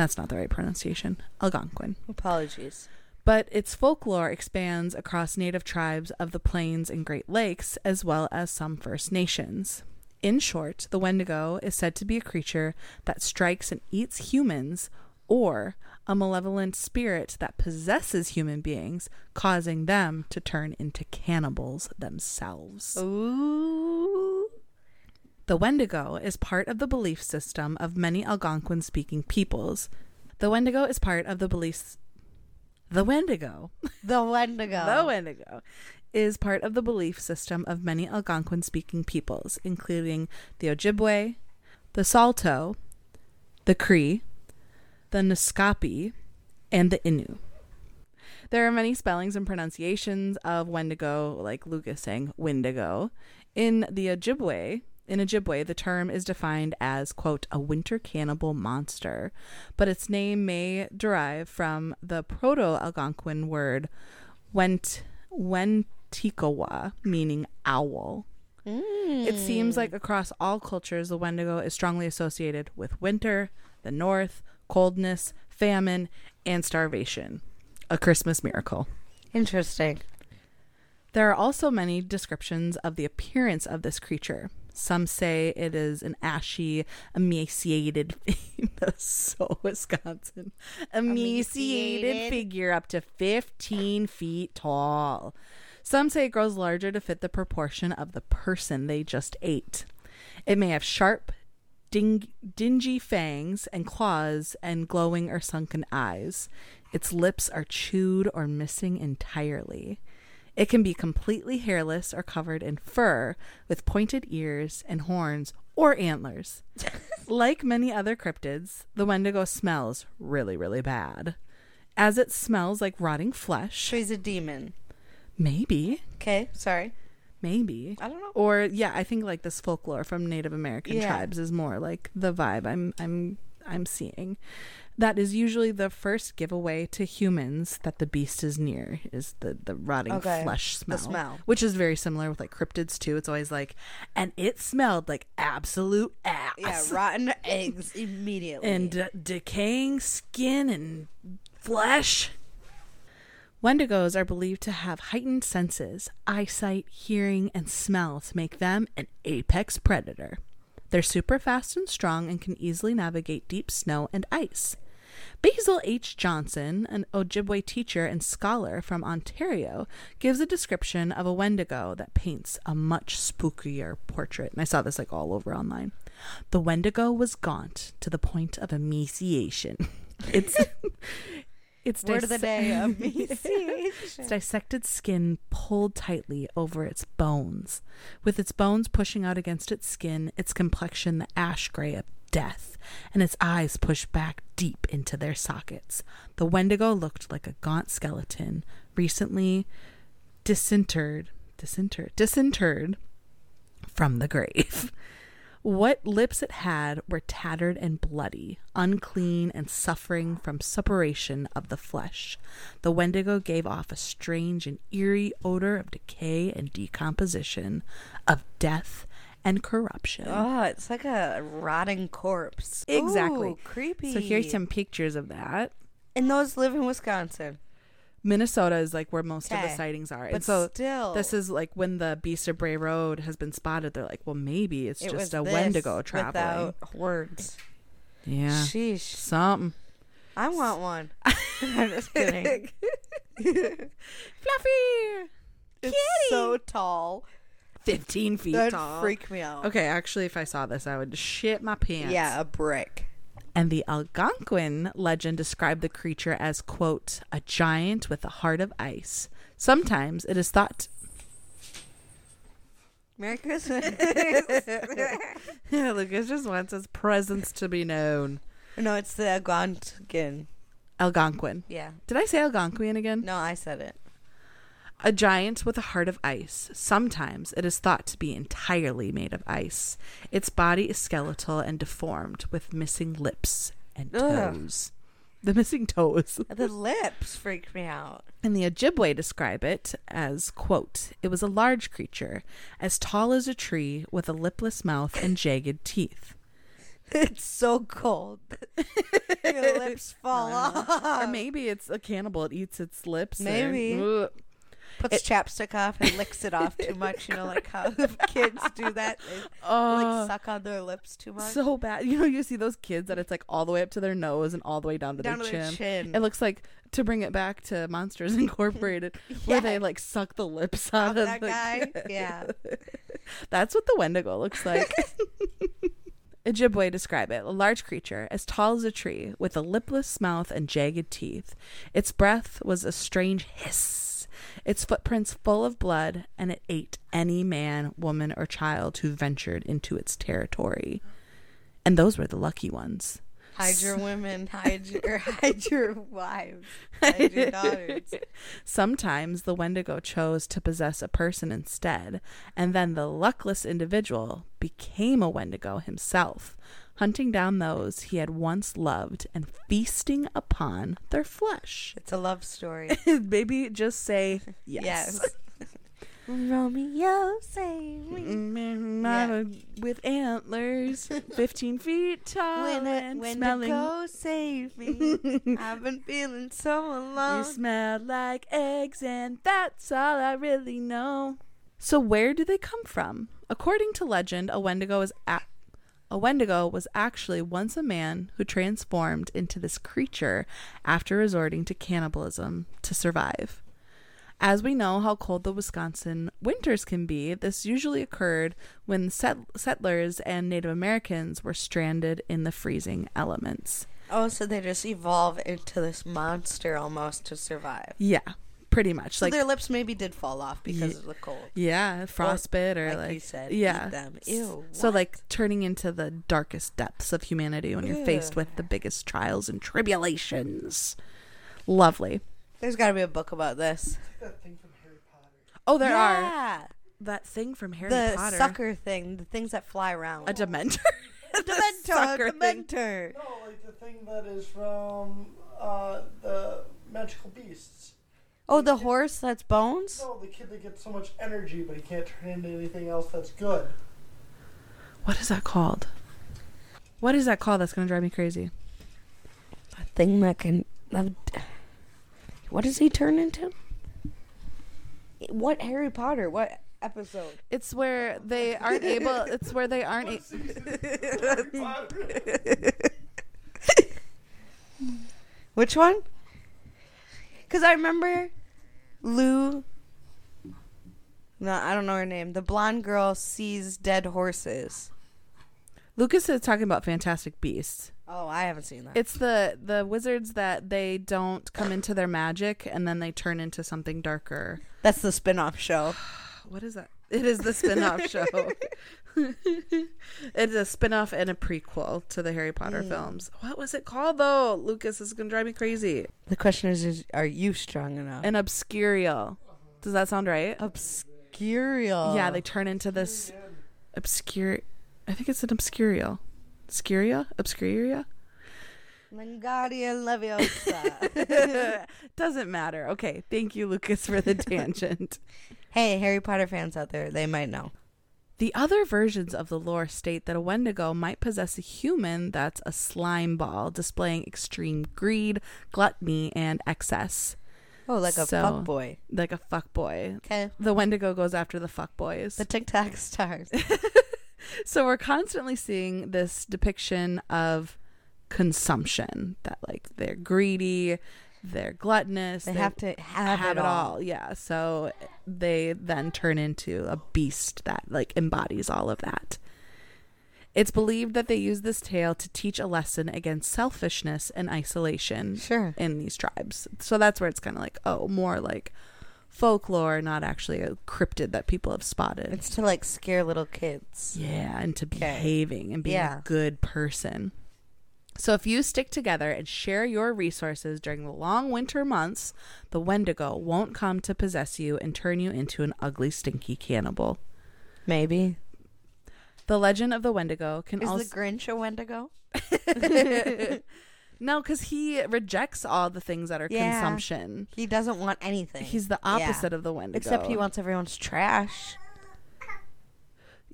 Speaker 2: that's not the right pronunciation. Algonquin
Speaker 1: Apologies.
Speaker 2: but its folklore expands across native tribes of the plains and Great Lakes, as well as some First Nations. In short, the Wendigo is said to be a creature that strikes and eats humans, or a malevolent spirit that possesses human beings, causing them to turn into cannibals themselves.
Speaker 1: Oh. Ooh.
Speaker 2: The Wendigo is part of the belief system of many Algonquin speaking peoples. The Wendigo is part of the beliefs. The Wendigo
Speaker 1: The Wendigo.
Speaker 2: the Wendigo is part of the belief system of many Algonquin speaking peoples, including the Ojibwe, the Salto, the Cree, the Naskapi, and the Innu. There are many spellings and pronunciations of Wendigo, like Lucas saying Wendigo. In the Ojibwe, in Ojibwe, the term is defined as quote a winter cannibal monster, but its name may derive from the Proto-Algonquin word went wentikawa, meaning owl. It seems like across all cultures, the Wendigo is strongly associated with winter, the north, coldness, famine, and starvation. A Christmas miracle.
Speaker 1: Interesting.
Speaker 2: There are also many descriptions of the appearance of this creature. Some say it is an ashy, emaciated. [laughs] That's so Wisconsin. Emaciated
Speaker 1: Emaciated.
Speaker 2: figure up to 15 feet tall. Some say it grows larger to fit the proportion of the person they just ate. It may have sharp, ding- dingy fangs and claws and glowing or sunken eyes. Its lips are chewed or missing entirely. It can be completely hairless or covered in fur with pointed ears and horns or antlers. like many other cryptids, the Wendigo smells really, really bad. As it smells like rotting flesh,
Speaker 1: She's a demon.
Speaker 2: maybe,
Speaker 1: Okay, sorry.
Speaker 2: maybe.
Speaker 1: I don't know.
Speaker 2: Or yeah, I think like this folklore from Native American
Speaker 1: Yeah.
Speaker 2: tribes is more like the vibe I'm I'm I'm seeing. That is usually the first giveaway to humans that the beast is near is the the rotting
Speaker 1: Okay,
Speaker 2: flesh
Speaker 1: the
Speaker 2: smell,
Speaker 1: smell.
Speaker 2: which is very similar with like cryptids too. It's always like, and it smelled like absolute ass
Speaker 1: Yeah, rotten [laughs] eggs immediately.
Speaker 2: and d- decaying skin and flesh. Wendigos are believed to have heightened senses, eyesight, hearing, and smell to make them an apex predator. They're super fast and strong and can easily navigate deep snow and ice. Basil H. Johnson, an Ojibwe teacher and scholar from Ontario, gives a description of a Wendigo that paints a much spookier portrait. And I saw this like all over online. The Wendigo was gaunt to the point of emaciation. [laughs]
Speaker 1: [laughs]
Speaker 2: It's it's
Speaker 1: word of the
Speaker 2: dissect-
Speaker 1: day [laughs] of me. See?
Speaker 2: its dissected skin pulled tightly over its bones, with its bones pushing out against its skin, its complexion the ash gray of death, and its eyes pushed back deep into their sockets. The Wendigo looked like a gaunt skeleton, recently disinterred, disinterred, disinterred from the grave. [laughs] What lips it had were tattered and bloody, unclean and suffering from separation of the flesh. The Wendigo gave off a strange and eerie odor of decay and decomposition, of death and corruption.
Speaker 1: Oh, it's like a rotting corpse.
Speaker 2: exactly.
Speaker 1: Ooh, creepy.
Speaker 2: So here's some pictures of that.
Speaker 1: And those live in Wisconsin.
Speaker 2: Minnesota is like where most of the
Speaker 1: Okay.
Speaker 2: sightings are.
Speaker 1: Eh, But
Speaker 2: and so
Speaker 1: still.
Speaker 2: this is like when the Beast of Bray Road has been spotted, they're like, well, maybe it's
Speaker 1: It was
Speaker 2: just a
Speaker 1: this
Speaker 2: Wendigo traveling.
Speaker 1: Without words.
Speaker 2: yeah.
Speaker 1: Sheesh.
Speaker 2: Something.
Speaker 1: [laughs] I want [laughs] one. I'm just kidding.
Speaker 2: Fluffy!
Speaker 1: It's so tall.
Speaker 2: 15 feet
Speaker 1: That'd
Speaker 2: tall.
Speaker 1: freak me out.
Speaker 2: Okay, actually, if I saw this, I would shit my pants.
Speaker 1: Yeah, a brick.
Speaker 2: And the Algonquin legend described the creature as, quote, a giant with a heart of ice. Sometimes it is
Speaker 1: [laughs]
Speaker 2: thought.
Speaker 1: Merry Christmas.
Speaker 2: Lucas just wants his presence to be known.
Speaker 1: [laughs] no, it's the Algonquin.
Speaker 2: Algonquin.
Speaker 1: Yeah.
Speaker 2: Did I say Algonquin again?
Speaker 1: No, I said it.
Speaker 2: A giant with a heart of ice. Sometimes it is thought to be entirely made of ice. Its body is skeletal and deformed, with missing lips and
Speaker 1: Ugh.
Speaker 2: toes. The missing toes.
Speaker 1: The lips freaked me out.
Speaker 2: And the Ojibwe describe it as, quote, it was a large creature, as tall as a tree, with a lipless mouth and jagged teeth.
Speaker 1: [laughs] It's so [laughs] cold. Your [laughs] lips fall off.
Speaker 2: Or maybe it's a cannibal. It eats its lips. or-
Speaker 1: Maybe.
Speaker 2: Ugh.
Speaker 1: Puts chapstick off and licks it off too much. You know, like how [laughs] kids do that. They, [laughs]
Speaker 2: Oh.
Speaker 1: like suck on their lips too much.
Speaker 2: so bad. You know, you see those kids that it's like all the way up to their nose and all the way down to,
Speaker 1: Down
Speaker 2: their,
Speaker 1: to
Speaker 2: chin.
Speaker 1: their chin.
Speaker 2: It looks like to bring it back to
Speaker 1: [laughs]
Speaker 2: Monsters Incorporated, where they like suck the lips out of
Speaker 1: that
Speaker 2: the
Speaker 1: guy. Yeah.
Speaker 2: That's what the Wendigo looks like. Ojibwe describe it a large creature as tall as a tree with a lipless mouth and jagged teeth. Its breath was a strange hiss, its footprints full of blood, and it ate any man, woman, or child who ventured into its territory. And those were the lucky ones.
Speaker 1: Hide your [laughs] women. Hide your, hide your wives. Hide [laughs] your daughters.
Speaker 2: Sometimes the Wendigo chose to possess a person instead, and then the luckless individual became a Wendigo himself, hunting down those he had once loved and feasting upon their flesh. [laughs]
Speaker 1: It's a love story.
Speaker 2: Maybe just say yes.
Speaker 1: Yes. [laughs] Romeo, save me.
Speaker 2: Mm-hmm. Not With antlers, 15 feet tall,
Speaker 1: When, I,
Speaker 2: and
Speaker 1: when
Speaker 2: smelling.
Speaker 1: go save [laughs] me. I've been feeling so
Speaker 2: You
Speaker 1: alone.
Speaker 2: smell like eggs, and that's all I really know. So, where do they come from? According to legend, a Wendigo is a- a Wendigo was actually once a man who transformed into this creature after resorting to cannibalism to survive. As we know how cold the Wisconsin winters can be, this usually occurred when set- settlers and Native Americans were stranded in the freezing elements.
Speaker 1: Oh, so they just evolve into this monster almost to survive.
Speaker 2: Yeah, pretty much.
Speaker 1: So
Speaker 2: like
Speaker 1: their lips maybe did fall off because of the cold.
Speaker 2: yeah, frostbite or,
Speaker 1: like
Speaker 2: like
Speaker 1: you said, eat
Speaker 2: yeah,
Speaker 1: them.
Speaker 2: S-
Speaker 1: Ew,
Speaker 2: So
Speaker 1: what?
Speaker 2: like turning into the darkest depths of humanity when you're faced
Speaker 1: Ugh.
Speaker 2: with the biggest trials and tribulations. Lovely.
Speaker 1: There's got to be a book about this.
Speaker 3: That thing from Harry Potter.
Speaker 2: Oh, there are
Speaker 1: yeah.
Speaker 2: that thing from Harry
Speaker 1: The
Speaker 2: Potter.
Speaker 1: sucker thing, the things that fly around.
Speaker 2: a [laughs] dementor.
Speaker 1: The [laughs]
Speaker 2: [laughs] sucker
Speaker 1: Dementor, the
Speaker 2: thing.
Speaker 1: Dementor.
Speaker 3: No, like the thing that is from uh, the Magical Beasts.
Speaker 1: Oh, the horse that's bones?
Speaker 3: No, the kid that gets so much energy, but he can't turn into anything else that's good.
Speaker 2: What is that called? What is that called? That's gonna drive me crazy.
Speaker 1: A thing that can. What does he turn into? What Harry Potter? What episode?
Speaker 2: It's where they aren't able. It's where they aren't. a-
Speaker 1: Which one? Because I remember Lou. No, I don't know her name. The blonde girl sees dead horses.
Speaker 2: Lucas is talking about Fantastic Beasts.
Speaker 1: Oh, I haven't seen that.
Speaker 2: It's the the wizards that they don't come into their magic and then they turn into something darker.
Speaker 1: That's the spin off show.
Speaker 2: What is that? It is the [laughs] spin-off show. it's a spin-off and a prequel to the Harry Potter films. What was it called though? Lucas this is going to drive me crazy.
Speaker 1: The question is, is are you strong enough?
Speaker 2: An obscurial. Does that sound right?
Speaker 1: Obscurial.
Speaker 2: Yeah, they turn into this obscure I think it's an obscurial. Obscuria? Obscuria?
Speaker 1: Lingardia [laughs] Leviosa.
Speaker 2: Doesn't matter. Okay, thank you Lucas for [laughs] the tangent.
Speaker 1: hey, Harry Potter fans out there, they might know.
Speaker 2: The other versions of the lore state that a Wendigo might possess a human that's a slime ball, displaying extreme greed, gluttony, and excess.
Speaker 1: Oh, like a
Speaker 2: So-
Speaker 1: fuck boy.
Speaker 2: Like a fuckboy.
Speaker 1: Okay.
Speaker 2: The Wendigo goes after the fuckboys.
Speaker 1: The TikTok stars.
Speaker 2: So we're constantly seeing this depiction of consumption that, like, they're greedy, they're gluttonous,
Speaker 1: They have to have, it, all.
Speaker 2: Yeah. So they then turn into a beast that like embodies all of that. It's believed that they use this tale to teach a lesson against selfishness and isolation
Speaker 1: Sure.
Speaker 2: in these tribes. So that's where it's kind of like, oh, more like folklore, not actually a cryptid that people have spotted.
Speaker 1: [laughs] It's to like scare little kids.
Speaker 2: Yeah, and to behaving and being
Speaker 1: Yeah.
Speaker 2: a good person. So if you stick together and share your resources during the long winter months, the Wendigo won't come to possess you and turn you into an ugly, stinky cannibal.
Speaker 1: Maybe.
Speaker 2: The legend of the Wendigo can
Speaker 1: Is
Speaker 2: also
Speaker 1: the Grinch a Wendigo?
Speaker 2: no, because he rejects all the things that are
Speaker 1: Yeah.
Speaker 2: consumption.
Speaker 1: He doesn't want anything.
Speaker 2: He's the opposite of the Wendigo.
Speaker 1: Except he wants everyone's trash.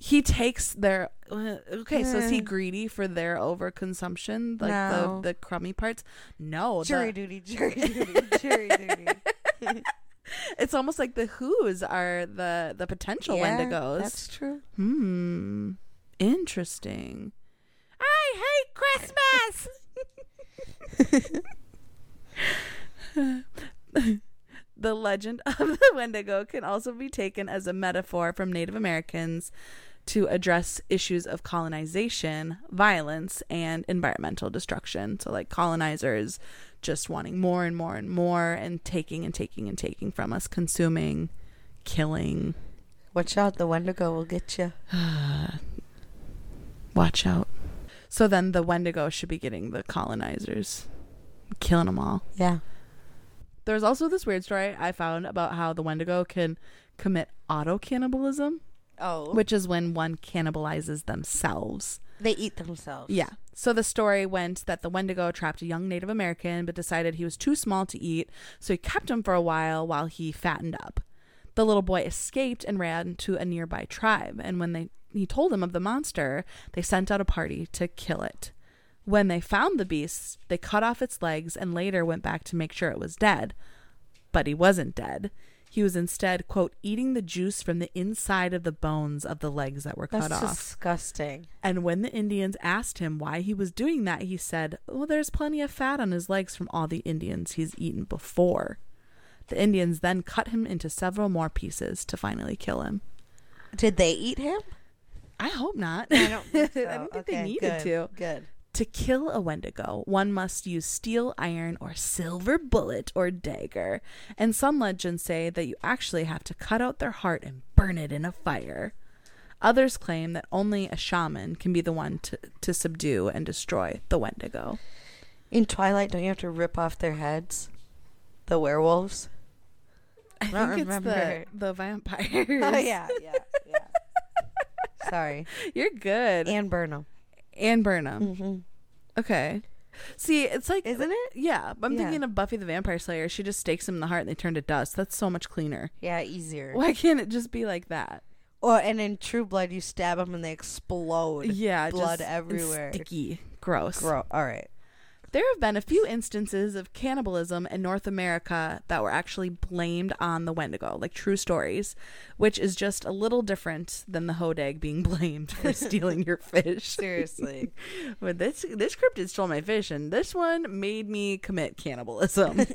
Speaker 2: he takes their uh, okay. So is he greedy for their overconsumption, like
Speaker 1: Mm. No.
Speaker 2: the the crummy parts? No,
Speaker 1: Jury
Speaker 2: the-
Speaker 1: [laughs] duty, jury duty, jury [laughs] duty.
Speaker 2: It's almost like the Who's are the the potential
Speaker 1: Yeah,
Speaker 2: Wendigos.
Speaker 1: That's true.
Speaker 2: hmm. Interesting. I hate Christmas. [laughs] the legend of the Wendigo can also be taken as a metaphor from Native Americans to address issues of colonization, violence, and environmental destruction. So, like colonizers just wanting more and more and more and taking and taking and taking from us, consuming, killing.
Speaker 1: Watch out, the Wendigo will get you.
Speaker 2: Watch out. So then the Wendigo should be getting the colonizers, killing them all.
Speaker 1: Yeah.
Speaker 2: There's also this weird story I found about how the Wendigo can commit auto cannibalism,
Speaker 1: Oh.
Speaker 2: which is when one cannibalizes themselves.
Speaker 1: They eat themselves.
Speaker 2: Yeah. So the story went that the Wendigo trapped a young Native American but decided he was too small to eat, so he kept him for a while while he fattened up. The little boy escaped and ran to a nearby tribe, and when they he told them of the monster, they sent out a party to kill it. When they found the beast, they cut off its legs and later went back to make sure it was dead. But he wasn't dead. He was instead, quote, eating the juice from the inside of the bones of the legs that were
Speaker 1: That's
Speaker 2: cut off.
Speaker 1: disgusting.
Speaker 2: And when the Indians asked him why he was doing that, he said, Well, there's plenty of fat on his legs from all the Indians he's eaten before. The Indians then cut him into several more pieces to finally kill him.
Speaker 1: Did they eat him?
Speaker 2: I hope not.
Speaker 1: [laughs] I don't think, [laughs]
Speaker 2: [laughs]
Speaker 1: so.
Speaker 2: I don't think
Speaker 1: Okay,
Speaker 2: they needed
Speaker 1: good,
Speaker 2: to.
Speaker 1: Good.
Speaker 2: To kill a Wendigo, one must use steel, iron, or silver bullet or dagger. And some legends say that you actually have to cut out their heart and burn it in a fire. Others claim that only a shaman can be the one to, to subdue and destroy the Wendigo.
Speaker 1: In Twilight, don't you have to rip off their heads? The werewolves?
Speaker 2: I
Speaker 1: don't
Speaker 2: think it's the,
Speaker 1: remember. [laughs] Oh,
Speaker 2: the vampires.
Speaker 1: yeah, yeah. Sorry.
Speaker 2: You're good.
Speaker 1: Anne Burnham.
Speaker 2: Anne Burnham. Okay. See, it's like
Speaker 1: Mm-hmm. Isn't it?
Speaker 2: Yeah, but I'm
Speaker 1: Yeah.
Speaker 2: thinking of Buffy the Vampire Slayer. She just stakes him in the heart and they turn to dust. That's so much cleaner.
Speaker 1: Yeah, easier.
Speaker 2: Why can't it just be like that?
Speaker 1: Or Oh, and in True Blood, you stab them and they explode.
Speaker 2: Yeah,
Speaker 1: blood
Speaker 2: just- and
Speaker 1: everywhere.
Speaker 2: sticky, gross.
Speaker 1: Bro, all right.
Speaker 2: There have been a few instances of cannibalism in North America that were actually blamed on the Wendigo, like true stories, which is just a little different than the hodag being [laughs] blamed
Speaker 1: [laughs]
Speaker 2: for stealing your fish.
Speaker 1: Seriously.
Speaker 2: But this this cryptid stole my fish, and this one made me commit
Speaker 1: [laughs]
Speaker 2: cannibalism.
Speaker 1: [laughs]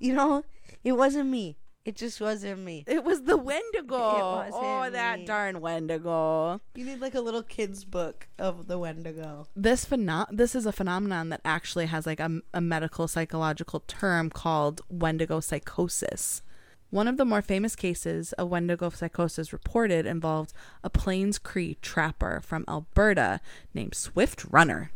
Speaker 1: you know, it wasn't me. It just wasn't me.
Speaker 2: it was the Wendigo.
Speaker 1: wasn't
Speaker 2: oh, that
Speaker 1: me.
Speaker 2: darn Wendigo.
Speaker 1: You need like a little kid's book of the Wendigo.
Speaker 2: This pheno- This is a phenomenon that actually has like a, a medical psychological term called Wendigo psychosis. One of the more famous cases of Wendigo psychosis reported involved a Plains Cree trapper from Alberta named Swift Runner.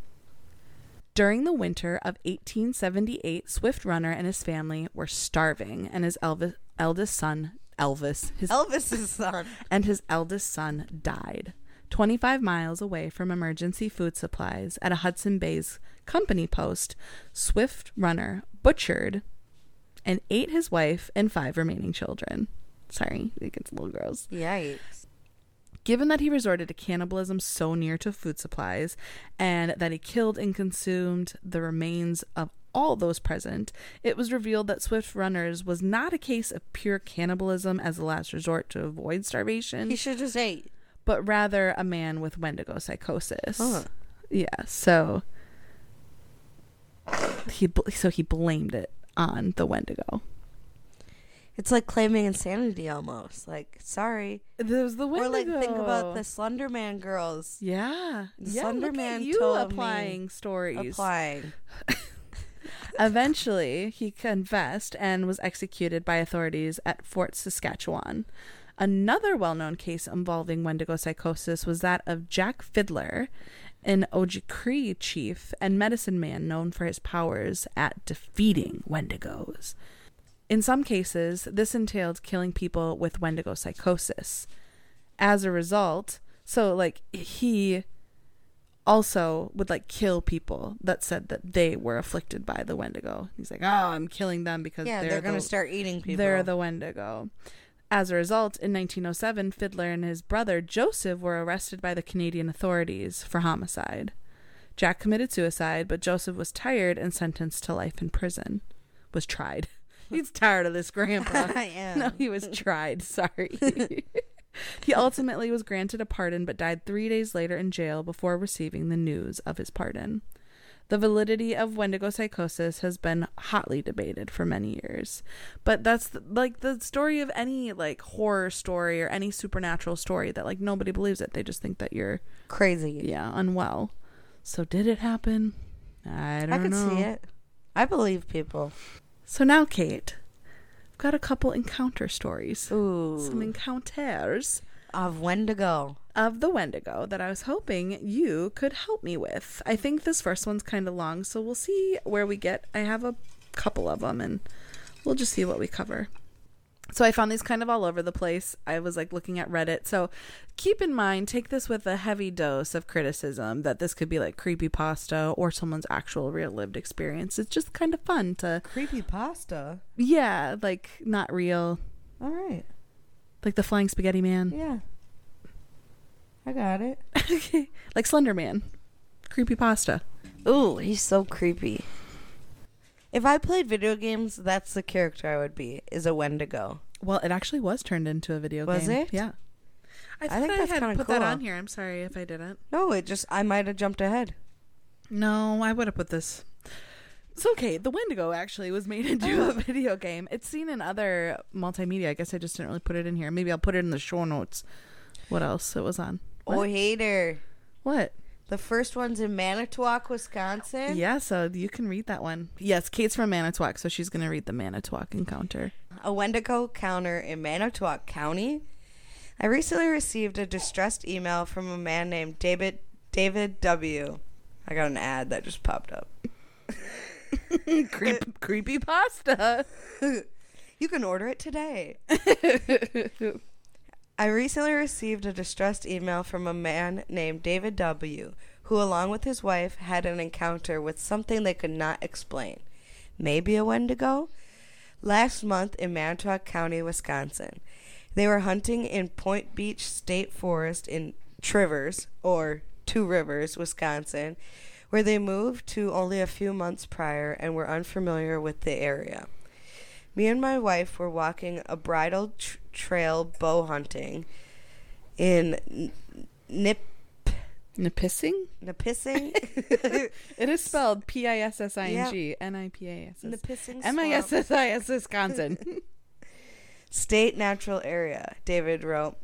Speaker 2: During the winter of 1878, Swift Runner and his family were starving, and his Elvis, eldest son, Elvis, his
Speaker 1: Elvis's [laughs] son.
Speaker 2: and his eldest son died 25 miles away from emergency food supplies at a Hudson Bay's company post. Swift Runner butchered and ate his wife and five remaining children. Sorry, it gets a little gross.
Speaker 1: Yikes.
Speaker 2: Given that he resorted to cannibalism so near to food supplies and that he killed and consumed the remains of all those present, it was revealed that Swift Runners was not a case of pure cannibalism as a last resort to avoid starvation
Speaker 1: He should just ate.
Speaker 2: but rather a man with Wendigo psychosis.
Speaker 1: Huh.
Speaker 2: Yeah, so he bl- so he blamed it on the Wendigo.
Speaker 1: It's like claiming insanity almost. Like, sorry.
Speaker 2: There was the
Speaker 1: Or
Speaker 2: Wendigo.
Speaker 1: like think about the Slender Man girls
Speaker 2: Yeah,
Speaker 1: The
Speaker 2: yeah. look at
Speaker 1: Slenderman
Speaker 2: you
Speaker 1: told me-
Speaker 2: applying stories.
Speaker 1: applying.
Speaker 2: Eventually, he confessed and was executed by authorities at Fort Saskatchewan. Another well known case involving Wendigo psychosis was that of Jack Fiddler, an Ojibwe chief and medicine man known for his powers at defeating Wendigos. In some cases, this entailed killing people with Wendigo psychosis. As a result, so like he also would like kill people that said that they were afflicted by the Wendigo. He's like, oh, I'm killing them because
Speaker 1: Yeah,
Speaker 2: they're,
Speaker 1: they're, gonna
Speaker 2: the-
Speaker 1: start eating people.
Speaker 2: They're the Wendigo. As a result, in 1907, Fiddler and his brother Joseph were arrested by the Canadian authorities for homicide. Jack committed suicide, but Joseph was tired and sentenced to life in prison. Was tried. [laughs] He's tired of this grandpa.
Speaker 1: [laughs] I am.
Speaker 2: No, he was tried. [laughs]
Speaker 1: [laughs]
Speaker 2: Sorry. he ultimately was granted a pardon, but died three days later in jail before receiving the news of his pardon. The validity of Wendigo psychosis has been hotly debated for many years, but that's th- like the story of any like horror story or any supernatural story that like nobody believes it. They just think that you're
Speaker 1: crazy.
Speaker 2: yeah unwell. So did it happen? I don't know.
Speaker 1: I could see it. I believe people.
Speaker 2: So now, Kate, I've got a couple encounter stories.
Speaker 1: Ooh.
Speaker 2: Some encounters
Speaker 1: Of Wendigo.
Speaker 2: of the Wendigo that I was hoping you could help me with. I think this first one's kind of long, so we'll see where we get. I have a couple of them, and we'll just see what we cover. So I found these kind of all over the place. I was like looking at Reddit. So keep in mind, take this with a heavy dose of criticism that this could be like creepy pasta or someone's actual real lived experience. It's just kind of fun to
Speaker 1: Creepy pasta.
Speaker 2: yeah, like not real,
Speaker 1: All right.
Speaker 2: like the flying spaghetti man,
Speaker 1: Yeah. I got it.
Speaker 2: like Slender Man, creepy pasta.
Speaker 1: Ooh, he's so creepy. If I played video games, that's the character I would be, is a Wendigo.
Speaker 2: Well, it actually was turned into a video
Speaker 1: Was
Speaker 2: game.
Speaker 1: it?
Speaker 2: Yeah. I thought I,
Speaker 1: think that's
Speaker 2: had
Speaker 1: kinda
Speaker 2: put that
Speaker 1: cool.
Speaker 2: on here. I'm sorry if I didn't.
Speaker 1: No, it just I might have jumped ahead.
Speaker 2: No, I would have put this. It's okay. The Wendigo actually was made into a video game. It's seen in other multimedia. I guess I just didn't really put it in here. Maybe I'll put it in the show notes. What else it was on?
Speaker 1: Oh, hater.
Speaker 2: What?
Speaker 1: The first one's in Manitowoc, Wisconsin.
Speaker 2: Yeah, so you can read that one. Yes, Kate's from Manitowoc, so she's going to read the Manitowoc encounter.
Speaker 1: a Wendigo counter in Manitowoc County. I recently received a distressed email from a man named David David W. I got an ad that just popped up. [laughs]
Speaker 2: Creep, creepy pasta.
Speaker 1: You can order it today. I recently received a distressed email from a man named David W., who, along with his wife, had an encounter with something they could not explain. Maybe a Wendigo? Last month in Manitowoc County, Wisconsin. They were hunting in Point Beach State Forest in Trivers, or Two Rivers, Wisconsin, where they moved to only a few months prior and were unfamiliar with the area. Me and my wife were walking a bridal tr- trail bow hunting in N- Nip
Speaker 2: Nipissing?
Speaker 1: Nipissing.
Speaker 2: It is spelled P I S S I N G N I P A S S
Speaker 1: Nipissing
Speaker 2: M I S S I S
Speaker 1: [laughs]
Speaker 2: Wisconsin.
Speaker 1: State natural area, David wrote.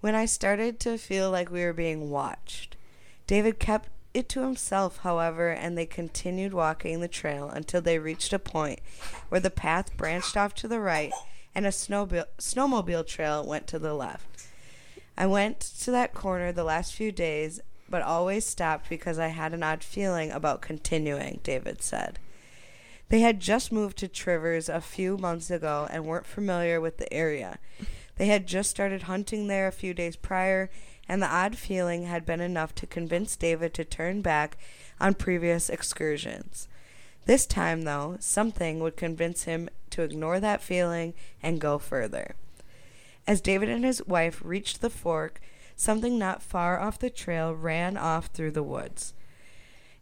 Speaker 1: When I started to feel like we were being watched, David kept it to himself, however, and they continued walking the trail until they reached a point where the path branched off to the right and a snowbil- snowmobile trail went to the left. I went to that corner the last few days, but always stopped because I had an odd feeling about continuing, David said. They had just moved to Trivers a few months ago and weren't familiar with the area. They had just started hunting there a few days prior, and the odd feeling had been enough to convince David to turn back on previous excursions. This time, though, something would convince him to ignore that feeling and go further. As David and his wife reached the fork, something not far off the trail ran off through the woods.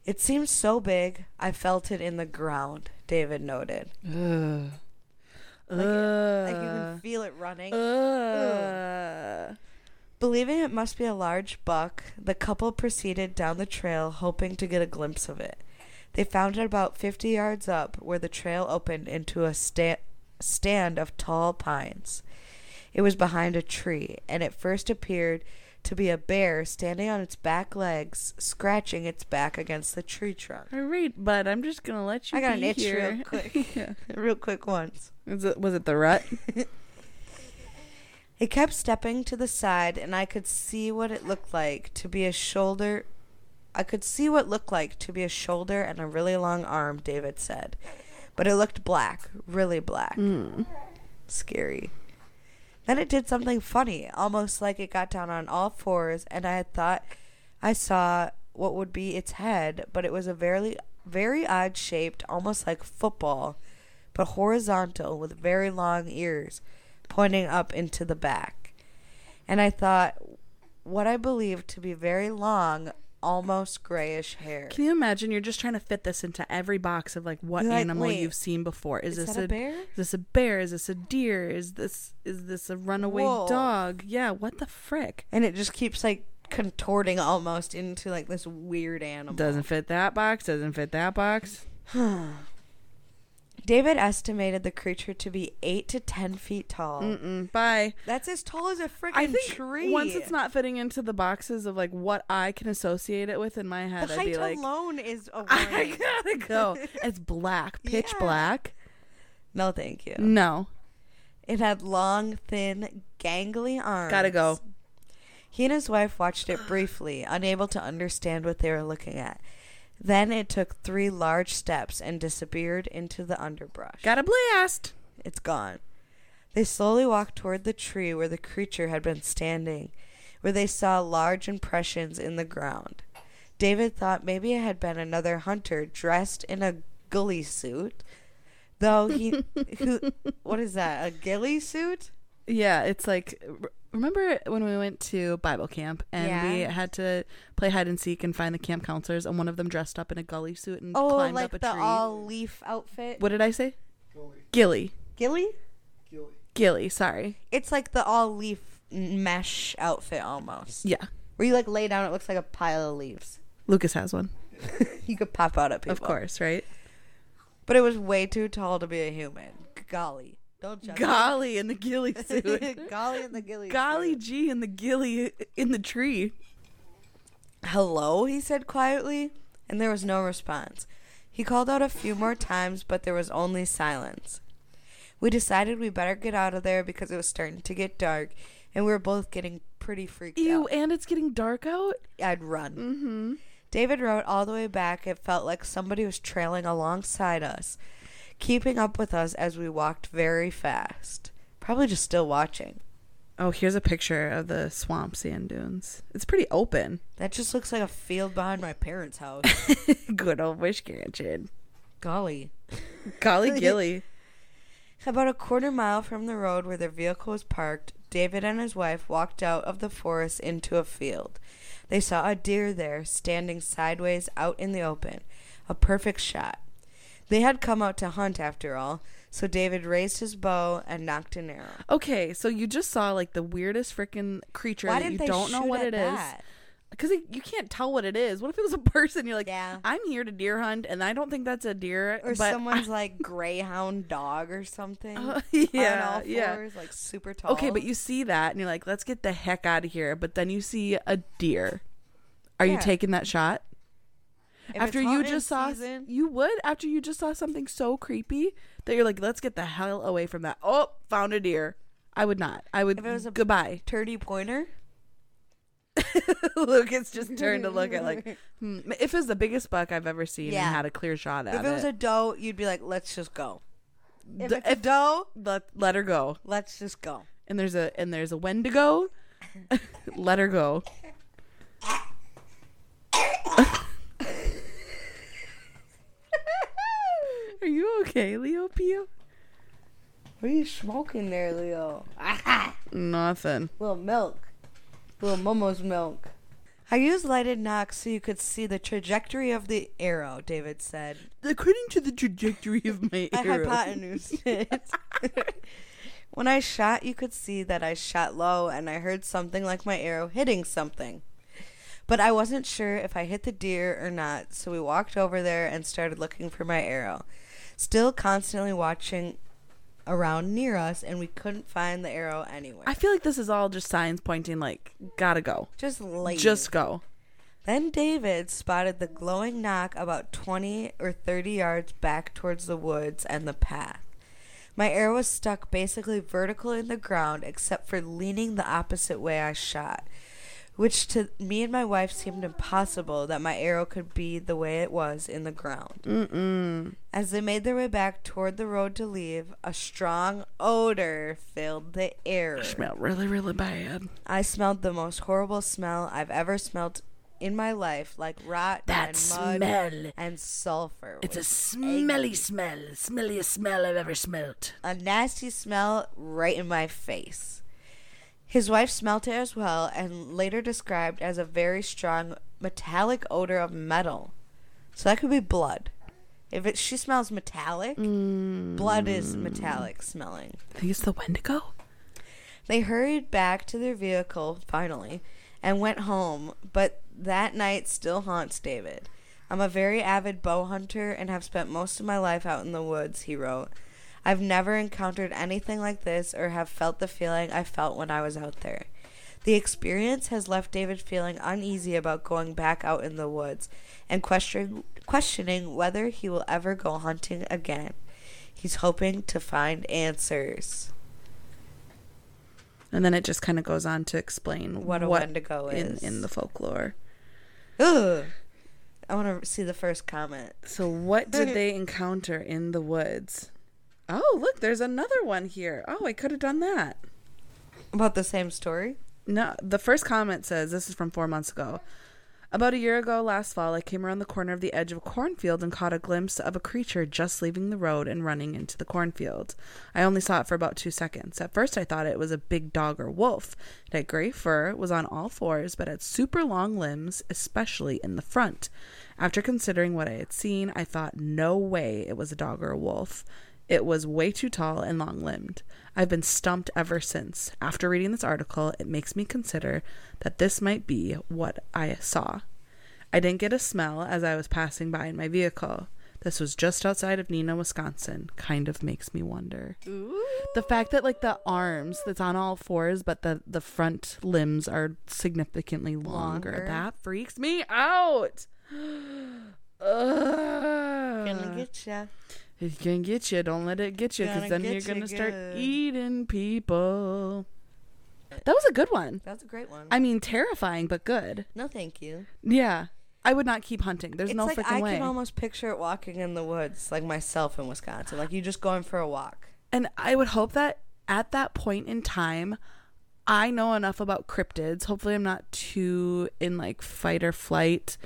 Speaker 1: It seemed so big, I felt it in the ground, David noted.
Speaker 2: Ugh.
Speaker 1: Like you
Speaker 2: [laughs]
Speaker 1: can
Speaker 2: Ugh.
Speaker 1: feel it running.
Speaker 2: Ugh.
Speaker 1: Believing it must be a large buck, the couple proceeded down the trail, hoping to get a glimpse of it. They found it about 50 yards up, where the trail opened into a sta- stand of tall pines. It was behind a tree, and at first appeared to be a bear standing on its back legs, scratching its back against the tree trunk.
Speaker 2: All right, but I'm just going to let you
Speaker 1: I got an
Speaker 2: be
Speaker 1: itch
Speaker 2: here.
Speaker 1: real quick.
Speaker 2: [laughs] Yeah.
Speaker 1: [laughs] Real quick once.
Speaker 2: Is it, was it the rut?
Speaker 1: It kept stepping to the side, and I could see what it looked like to be a shoulder. I could see what looked like to be a shoulder and a really long arm, David said. But it looked black, really black. Scary. Then it did something funny, almost like it got down on all fours, and I had thought I saw what would be its head, but it was a very, very odd shaped, almost like football, but horizontal with very long ears pointing up into the back. And I thought what I believed to be very long, almost grayish hair.
Speaker 2: Can you imagine? You're just trying to fit this into every box of like what
Speaker 1: You're like,
Speaker 2: animal
Speaker 1: wait,
Speaker 2: you've seen before. Is,
Speaker 1: is
Speaker 2: this
Speaker 1: that a bear?
Speaker 2: Is this a bear? Is this a deer? Is this is this a runaway
Speaker 1: Wolf.
Speaker 2: dog? Yeah. What the frick?
Speaker 1: and it just keeps like contorting almost into like this weird animal.
Speaker 2: Doesn't fit that box. Doesn't fit that box.
Speaker 1: David estimated the creature to be eight to ten feet tall.
Speaker 2: Mm, Bye.
Speaker 1: That's as tall as a freaking
Speaker 2: I think
Speaker 1: tree.
Speaker 2: once it's not fitting into the boxes of like what I can associate it with in my
Speaker 1: the
Speaker 2: head, I'd
Speaker 1: height
Speaker 2: be like,
Speaker 1: alone is a warning.
Speaker 2: [laughs] I gotta go. It's black, pitch
Speaker 1: Yeah.
Speaker 2: black.
Speaker 1: no, thank you.
Speaker 2: No,
Speaker 1: It had long, thin, gangly arms.
Speaker 2: gotta go.
Speaker 1: He and his wife watched it
Speaker 2: [sighs]
Speaker 1: briefly, unable to understand what they were looking at. Then it took three large steps and disappeared into the underbrush.
Speaker 2: Got a blast.
Speaker 1: It's gone. They slowly walked toward the tree where the creature had been standing, where they saw large impressions in the ground. David thought maybe it had been another hunter dressed in a ghillie suit. Though
Speaker 2: [laughs]
Speaker 1: he, who, what is that? A ghillie suit?
Speaker 2: Yeah, it's like r- remember when we went to Bible camp and
Speaker 1: Yeah.
Speaker 2: we had to play hide and seek and find the camp counselors and one of them dressed up in a gully suit and
Speaker 1: Oh,
Speaker 2: climbed
Speaker 1: like
Speaker 2: up a
Speaker 1: the
Speaker 2: tree.
Speaker 1: all leaf outfit.
Speaker 2: What did I say?
Speaker 3: Gilly,
Speaker 2: Gilly,
Speaker 1: Ghillie?
Speaker 3: Gilly.
Speaker 2: gilly. Sorry.
Speaker 1: It's like the all leaf mesh outfit almost.
Speaker 2: Yeah,
Speaker 1: Where you like lay down, it looks like a pile of leaves. [laughs]
Speaker 2: Lucas has one,
Speaker 1: You could pop out at people.
Speaker 2: of course, right?
Speaker 1: But it was way too tall to be a human. Golly. Don't judge. me.
Speaker 2: Golly in the [laughs] ghillie suit.
Speaker 1: [laughs] Golly
Speaker 2: [laughs]
Speaker 1: and the ghillie.
Speaker 2: Golly gee in the ghillie in the tree.
Speaker 1: Hello, he said quietly, and there was no response. He called out a few more times, but there was only silence. We decided we better get out of there because it was starting to get dark, and we were both getting pretty freaked
Speaker 2: Ew,
Speaker 1: out.
Speaker 2: and it's getting dark out.
Speaker 1: I'd run. Mm-hmm. David rode all the way back. It felt like somebody was trailing alongside us, keeping up with us as we walked very fast. Probably just still watching.
Speaker 2: Oh, here's a picture of the swamp sand dunes. It's pretty open.
Speaker 1: That just looks like a field behind my parents' house. [laughs]
Speaker 2: Good old wish kitchen.
Speaker 1: Golly. [laughs]
Speaker 2: Golly gilly.
Speaker 1: About a quarter mile from the road where their vehicle was parked, David and his wife walked out of the forest into a field. They saw a deer there, standing sideways out in the open. A perfect shot. They had come out to hunt after all, so David raised his bow and knocked an arrow.
Speaker 2: Okay, so you just saw like the weirdest freaking creature
Speaker 1: Why
Speaker 2: that
Speaker 1: didn't
Speaker 2: you
Speaker 1: they
Speaker 2: don't know
Speaker 1: shoot
Speaker 2: what
Speaker 1: at
Speaker 2: it is.
Speaker 1: that?
Speaker 2: Because you can't tell what it is. What if it was a person? You're like,
Speaker 1: Yeah.
Speaker 2: I'm here to deer hunt, and I don't think that's a deer.
Speaker 1: Or
Speaker 2: but [laughs]
Speaker 1: someone's like greyhound dog or something.
Speaker 2: Uh,
Speaker 1: on
Speaker 2: yeah,
Speaker 1: all
Speaker 2: yeah.
Speaker 1: fours, like super tall.
Speaker 2: Okay, but you see that and you're like, let's get the heck out of here. But then you see a deer. Are you
Speaker 1: Yeah.
Speaker 2: taking that shot?
Speaker 1: If
Speaker 2: after
Speaker 1: it's
Speaker 2: you
Speaker 1: hunting
Speaker 2: just saw
Speaker 1: season-
Speaker 2: you would after you just saw something so creepy that you're like, let's get the hell away from that. Oh, found a deer. I would not. I would
Speaker 1: If it was
Speaker 2: [laughs]
Speaker 1: a- [laughs]
Speaker 2: goodbye.
Speaker 1: turdy pointer.
Speaker 2: Lucas just turned to look at [laughs] like hmm. if it was the biggest buck I've ever seen
Speaker 1: Yeah.
Speaker 2: and had a clear shot at
Speaker 1: If it was a doe, you'd be like, let's just go. If
Speaker 2: D-
Speaker 1: it's a doe,
Speaker 2: let, let her go.
Speaker 1: let's just go.
Speaker 2: And there's a and there's a Wendigo. [laughs] let her go. [laughs] Are you okay, Leo Pio?
Speaker 1: What are you smoking there, Leo?
Speaker 2: Nothing.
Speaker 1: Little milk. Little Momo's milk. I used lighted knocks so you could see the trajectory of the arrow, David said.
Speaker 2: According to the trajectory of my
Speaker 1: I
Speaker 2: arrow.
Speaker 1: hypotenused it. when I shot, you could see that I shot low and I heard something like my arrow hitting something. But I wasn't sure if I hit the deer or not, so we walked over there and started looking for my arrow. Still constantly watching around near us, and we couldn't find the arrow anywhere.
Speaker 2: [laughs] I feel like this is all just signs pointing like gotta go.
Speaker 1: just late.
Speaker 2: Just go.
Speaker 1: Then David spotted the glowing knock about 20 or 30 yards back towards the woods and the path. My arrow was stuck basically vertical in the ground except for leaning the opposite way I shot, which to me and my wife seemed impossible that my arrow could be the way it was in the ground. Mm-mm. As they made their way back toward the road to leave, a strong odor filled the air.
Speaker 2: Smell really, really bad.
Speaker 1: I smelled the most horrible smell I've ever smelled in my life, like rot
Speaker 2: That
Speaker 1: and mud
Speaker 2: smell.
Speaker 1: and sulfur.
Speaker 2: It's a smelly smell. Smelliest smell I've ever smelt.
Speaker 1: a nasty smell right in my face. His wife smelt it as well and later described as a very strong metallic odor of metal. So that could be blood. If it she smells metallic,
Speaker 2: Mm.
Speaker 1: blood is metallic smelling.
Speaker 2: I think it's the Wendigo.
Speaker 1: They hurried back to their vehicle, finally, and went home, but that night still haunts David. I'm a very avid bow hunter and have spent most of my life out in the woods, he wrote. I've never encountered anything like this or have felt the feeling I felt when I was out there. The experience has left David feeling uneasy about going back out in the woods and question, questioning whether he will ever go hunting again. He's hoping to find answers.
Speaker 2: And then it just kind of goes on to explain
Speaker 1: What a Wendigo
Speaker 2: in,
Speaker 1: is.
Speaker 2: in the folklore.
Speaker 1: Ugh. I want to see the first comment.
Speaker 2: So, what
Speaker 1: [laughs]
Speaker 2: did they encounter in the woods? Oh, look, there's another one here. Oh, I could have done that.
Speaker 1: About the same story?
Speaker 2: No, the first comment says this is from four months ago. About a year ago last fall, I came around the corner of the edge of a cornfield and caught a glimpse of a creature just leaving the road and running into the cornfield. I only saw it for about two seconds. At first, I thought it was a big dog or wolf. It had gray fur, was on all fours, but had super long limbs, especially in the front. After considering what I had seen, I thought no way it was a dog or a wolf. It was way too tall and long limbed. I've been stumped ever since. After reading this article, it makes me consider that this might be what I saw. I didn't get a smell as I was passing by in my vehicle. This was just outside of Nina, Wisconsin. Kind of makes me wonder.
Speaker 1: Ooh.
Speaker 2: The fact that like the arms that's on all fours, but the the front limbs are significantly longer.
Speaker 1: Longer.
Speaker 2: That freaks me out. [gasps] Ugh.
Speaker 1: Gonna get ya.
Speaker 2: It can get you. Don't let it get you, because
Speaker 1: Gonna
Speaker 2: then
Speaker 1: get
Speaker 2: you're
Speaker 1: ya
Speaker 2: gonna start
Speaker 1: good.
Speaker 2: eating people. That was a good one.
Speaker 1: That's a great one.
Speaker 2: I mean, terrifying but good.
Speaker 1: no, thank you.
Speaker 2: Yeah, I would not keep hunting. There's
Speaker 1: it's
Speaker 2: no
Speaker 1: like
Speaker 2: freaking
Speaker 1: I
Speaker 2: way.
Speaker 1: can almost picture it walking in the woods, like myself in Wisconsin. Like you just going for a walk.
Speaker 2: and I would hope that at that point in time, I know enough about cryptids. Hopefully, I'm not too in like fight or flight.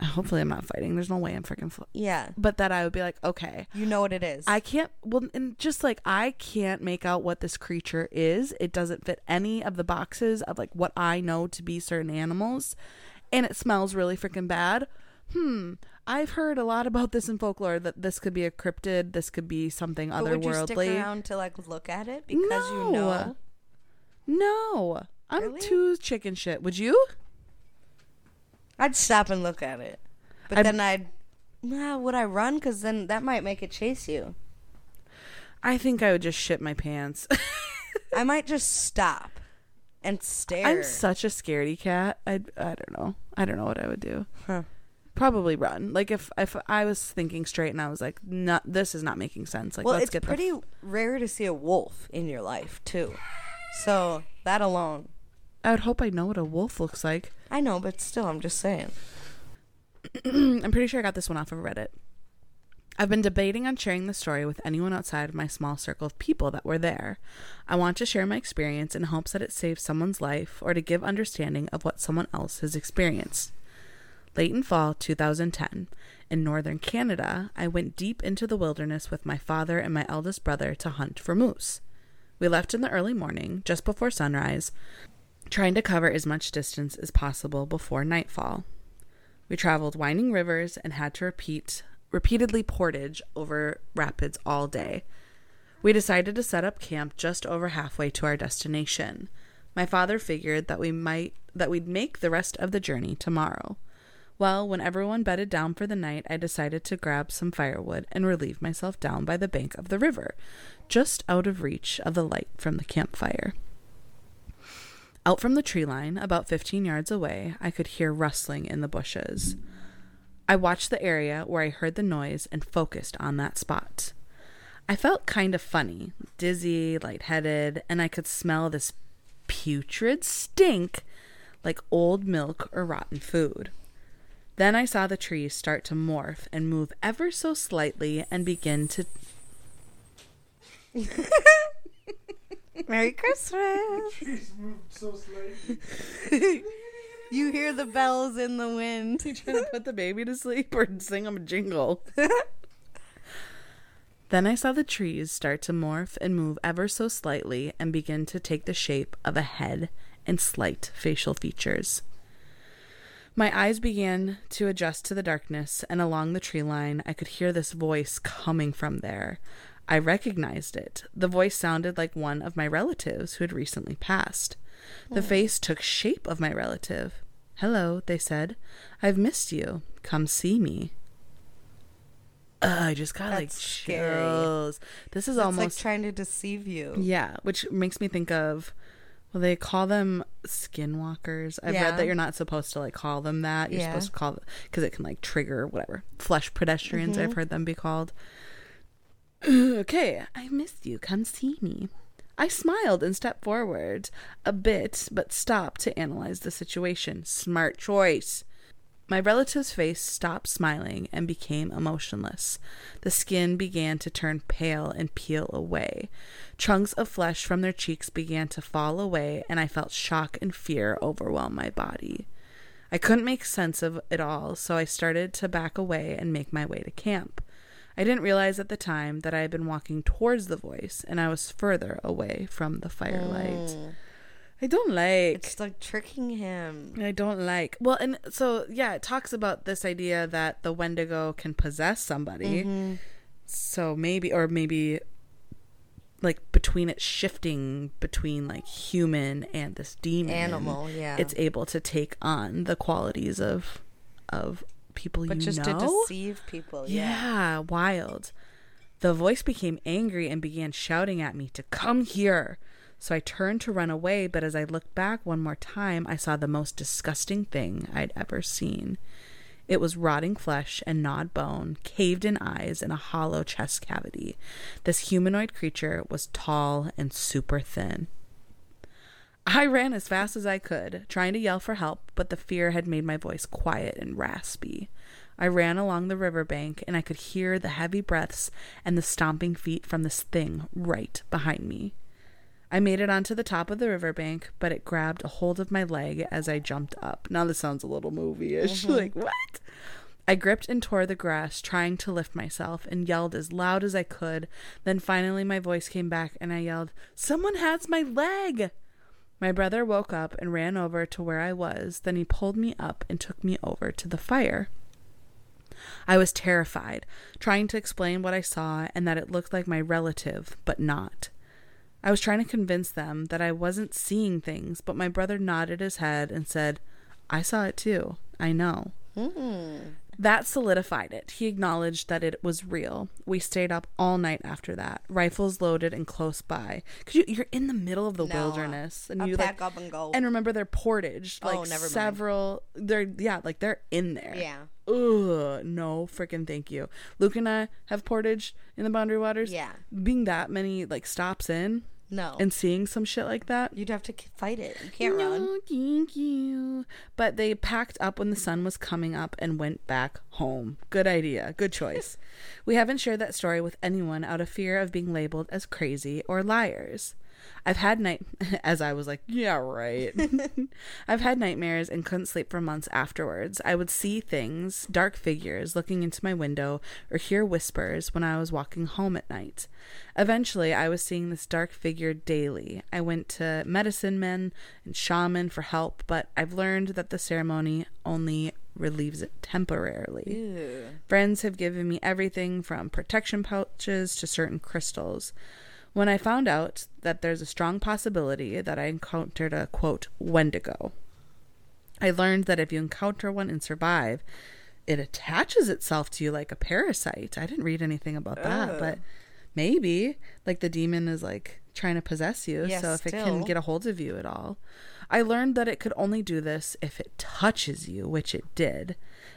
Speaker 2: Hopefully, I'm not fighting. There's no way I'm freaking. Fl-
Speaker 1: Yeah,
Speaker 2: but that I would be like, okay,
Speaker 1: you know what it is.
Speaker 2: I can't. Well, and just like I can't make out what this creature is. It doesn't fit any of the boxes of like what I know to be certain animals, and it smells really freaking bad. Hmm. I've heard a lot about this in folklore that this could be a cryptid. This could be something
Speaker 1: but would you stick
Speaker 2: otherworldly.
Speaker 1: around to like look at it because
Speaker 2: No.
Speaker 1: you know?
Speaker 2: no, I'm
Speaker 1: Really?
Speaker 2: too chicken shit. Would you?
Speaker 1: I'd stop and look at it, but
Speaker 2: I'd-
Speaker 1: then I'd. Nah, would I run? Because then that might make it chase you.
Speaker 2: I think I would just shit my pants. [laughs]
Speaker 1: I might just stop and stare.
Speaker 2: I'm such a scaredy cat. I I don't know. I don't know what I would do.
Speaker 1: Huh.
Speaker 2: Probably run. Like if if I was thinking straight and I was like, no, this is not making sense. Like
Speaker 1: well,
Speaker 2: let's
Speaker 1: it's
Speaker 2: get the
Speaker 1: pretty rare to see a wolf in your life too, so that alone.
Speaker 2: I would hope I know what a wolf looks like.
Speaker 1: I know, but still, I'm just saying.
Speaker 2: [clears throat] I'm pretty sure I got this one off of Reddit. I've been debating on sharing the story with anyone outside of my small circle of people that were there. I want to share my experience in hopes that it saves someone's life or to give understanding of what someone else has experienced. Late in fall 2010, in northern Canada, I went deep into the wilderness with my father and my eldest brother to hunt for moose. We left in the early morning, just before sunrise, trying to cover as much distance as possible before nightfall. We traveled winding rivers and had to repeat repeatedly portage over rapids all day. We decided to set up camp just over halfway to our destination. My father figured that we might that we'd make the rest of the journey tomorrow. Well, when everyone bedded down for the night, I decided to grab some firewood and relieve myself down by the bank of the river, just out of reach of the light from the campfire. Out from the tree line, about 15 yards away, I could hear rustling in the bushes. I watched the area where I heard the noise and focused on that spot. I felt kind of funny, dizzy, lightheaded, and I could smell this putrid stink like old milk or rotten food. Then I saw the trees start to morph and move ever so slightly and begin to
Speaker 1: Merry Christmas.
Speaker 3: Trees moved so slightly.
Speaker 1: You hear the bells in the wind.
Speaker 2: you trying to put the baby to sleep or sing him a jingle? [laughs] then I saw the trees start to morph and move ever so slightly and begin to take the shape of a head and slight facial features. My eyes began to adjust to the darkness, and along the tree line, I could hear this voice coming from there. I recognized it. The voice sounded like one of my relatives who had recently passed. The
Speaker 1: Hmm.
Speaker 2: face took shape of my relative. Hello, they said. I've missed you. Come see me. Ugh, I just got like
Speaker 1: That's scary.
Speaker 2: chills. This is
Speaker 1: It's like
Speaker 2: almost
Speaker 1: trying to deceive you.
Speaker 2: yeah, which makes me think of well, they call them skinwalkers. I've
Speaker 1: Yeah.
Speaker 2: read that you're not supposed to like call them that. You're
Speaker 1: Yeah.
Speaker 2: supposed to call because it can like trigger whatever flesh pedestrians.
Speaker 1: Mm-hmm.
Speaker 2: I've heard them be called. [clears throat] okay, I missed you. Come see me. I smiled and stepped forward a bit, but stopped to analyze the situation. Smart choice. My relative's face stopped smiling and became emotionless. The skin began to turn pale and peel away. Chunks of flesh from their cheeks began to fall away, and I felt shock and fear overwhelm my body. I couldn't make sense of it all, so I started to back away and make my way to camp. I didn't realize at the time that I had been walking towards the voice, and I was further away from the firelight. I don't like.
Speaker 1: It's like tricking him.
Speaker 2: I don't like. Well, and so yeah, it talks about this idea that the Wendigo can possess somebody.
Speaker 1: Mm-hmm.
Speaker 2: So maybe, or maybe, like between it shifting between like human and this demon
Speaker 1: Animal, yeah.
Speaker 2: it's able to take on the qualities of of people
Speaker 1: But
Speaker 2: you
Speaker 1: just
Speaker 2: know.
Speaker 1: to deceive people.
Speaker 2: Yeah, wild. The voice became angry and began shouting at me to come here. So I turned to run away, but as I looked back one more time, I saw the most disgusting thing I'd ever seen. It was rotting flesh and gnawed bone, caved in eyes, and a hollow chest cavity. This humanoid creature was tall and super thin. I ran as fast as I could, trying to yell for help, but the fear had made my voice quiet and raspy. I ran along the riverbank, and I could hear the heavy breaths and the stomping feet from this thing right behind me. I made it onto the top of the riverbank, but it grabbed a hold of my leg as I jumped up. Now this sounds a little movie-ish. [laughs] Like what? I gripped and tore the grass, trying to lift myself, and yelled as loud as I could. Then finally my voice came back and I yelled, Someone has my leg! My brother woke up and ran over to where I was. Then he pulled me up and took me over to the fire. I was terrified, trying to explain what I saw and that it looked like my relative, but not. I was trying to convince them that I wasn't seeing things, but my brother nodded his head and said, I saw it too. I know. That solidified it. He acknowledged that it was real. We stayed up all night after that, rifles loaded and close by. Because you, you're in the middle of the
Speaker 1: No.
Speaker 2: wilderness, and
Speaker 1: I'll
Speaker 2: you
Speaker 1: pack
Speaker 2: like,
Speaker 1: up and go.
Speaker 2: And remember, they're portaged.
Speaker 1: Oh,
Speaker 2: Like
Speaker 1: never mind.
Speaker 2: several. They're yeah, like they're in there.
Speaker 1: Yeah.
Speaker 2: Ugh, no freaking thank you. Luke and I have portage in the Boundary Waters.
Speaker 1: Yeah.
Speaker 2: Being that many like stops in
Speaker 1: No.
Speaker 2: and seeing some shit like that.
Speaker 1: You'd have to k- fight it. You can't run.
Speaker 2: No, thank you. But they packed up when the sun was coming up and went back home. Good idea. Good
Speaker 1: [laughs]
Speaker 2: choice. we haven't shared that story with anyone out of fear of being labeled as crazy or liars. I've had night [laughs] as I was like, yeah,
Speaker 1: [laughs]
Speaker 2: right. [laughs] I've had nightmares and couldn't sleep for months afterwards. I would see things, dark figures looking into my window or hear whispers when I was walking home at night. Eventually, I was seeing this dark figure daily. I went to medicine men and shaman for help, but I've learned that the ceremony only relieves it temporarily. Friends have given me everything from protection pouches to certain crystals. When I found out that there's a strong possibility that I encountered a quote Wendigo, I learned that if you encounter one and survive, it attaches itself to you like a parasite. I didn't read anything about that, but maybe like the demon is like trying to possess you.
Speaker 1: Yes,
Speaker 2: so if it can
Speaker 1: still.
Speaker 2: get a hold of you at all. I learned that it could only do this if it touches you, which it did.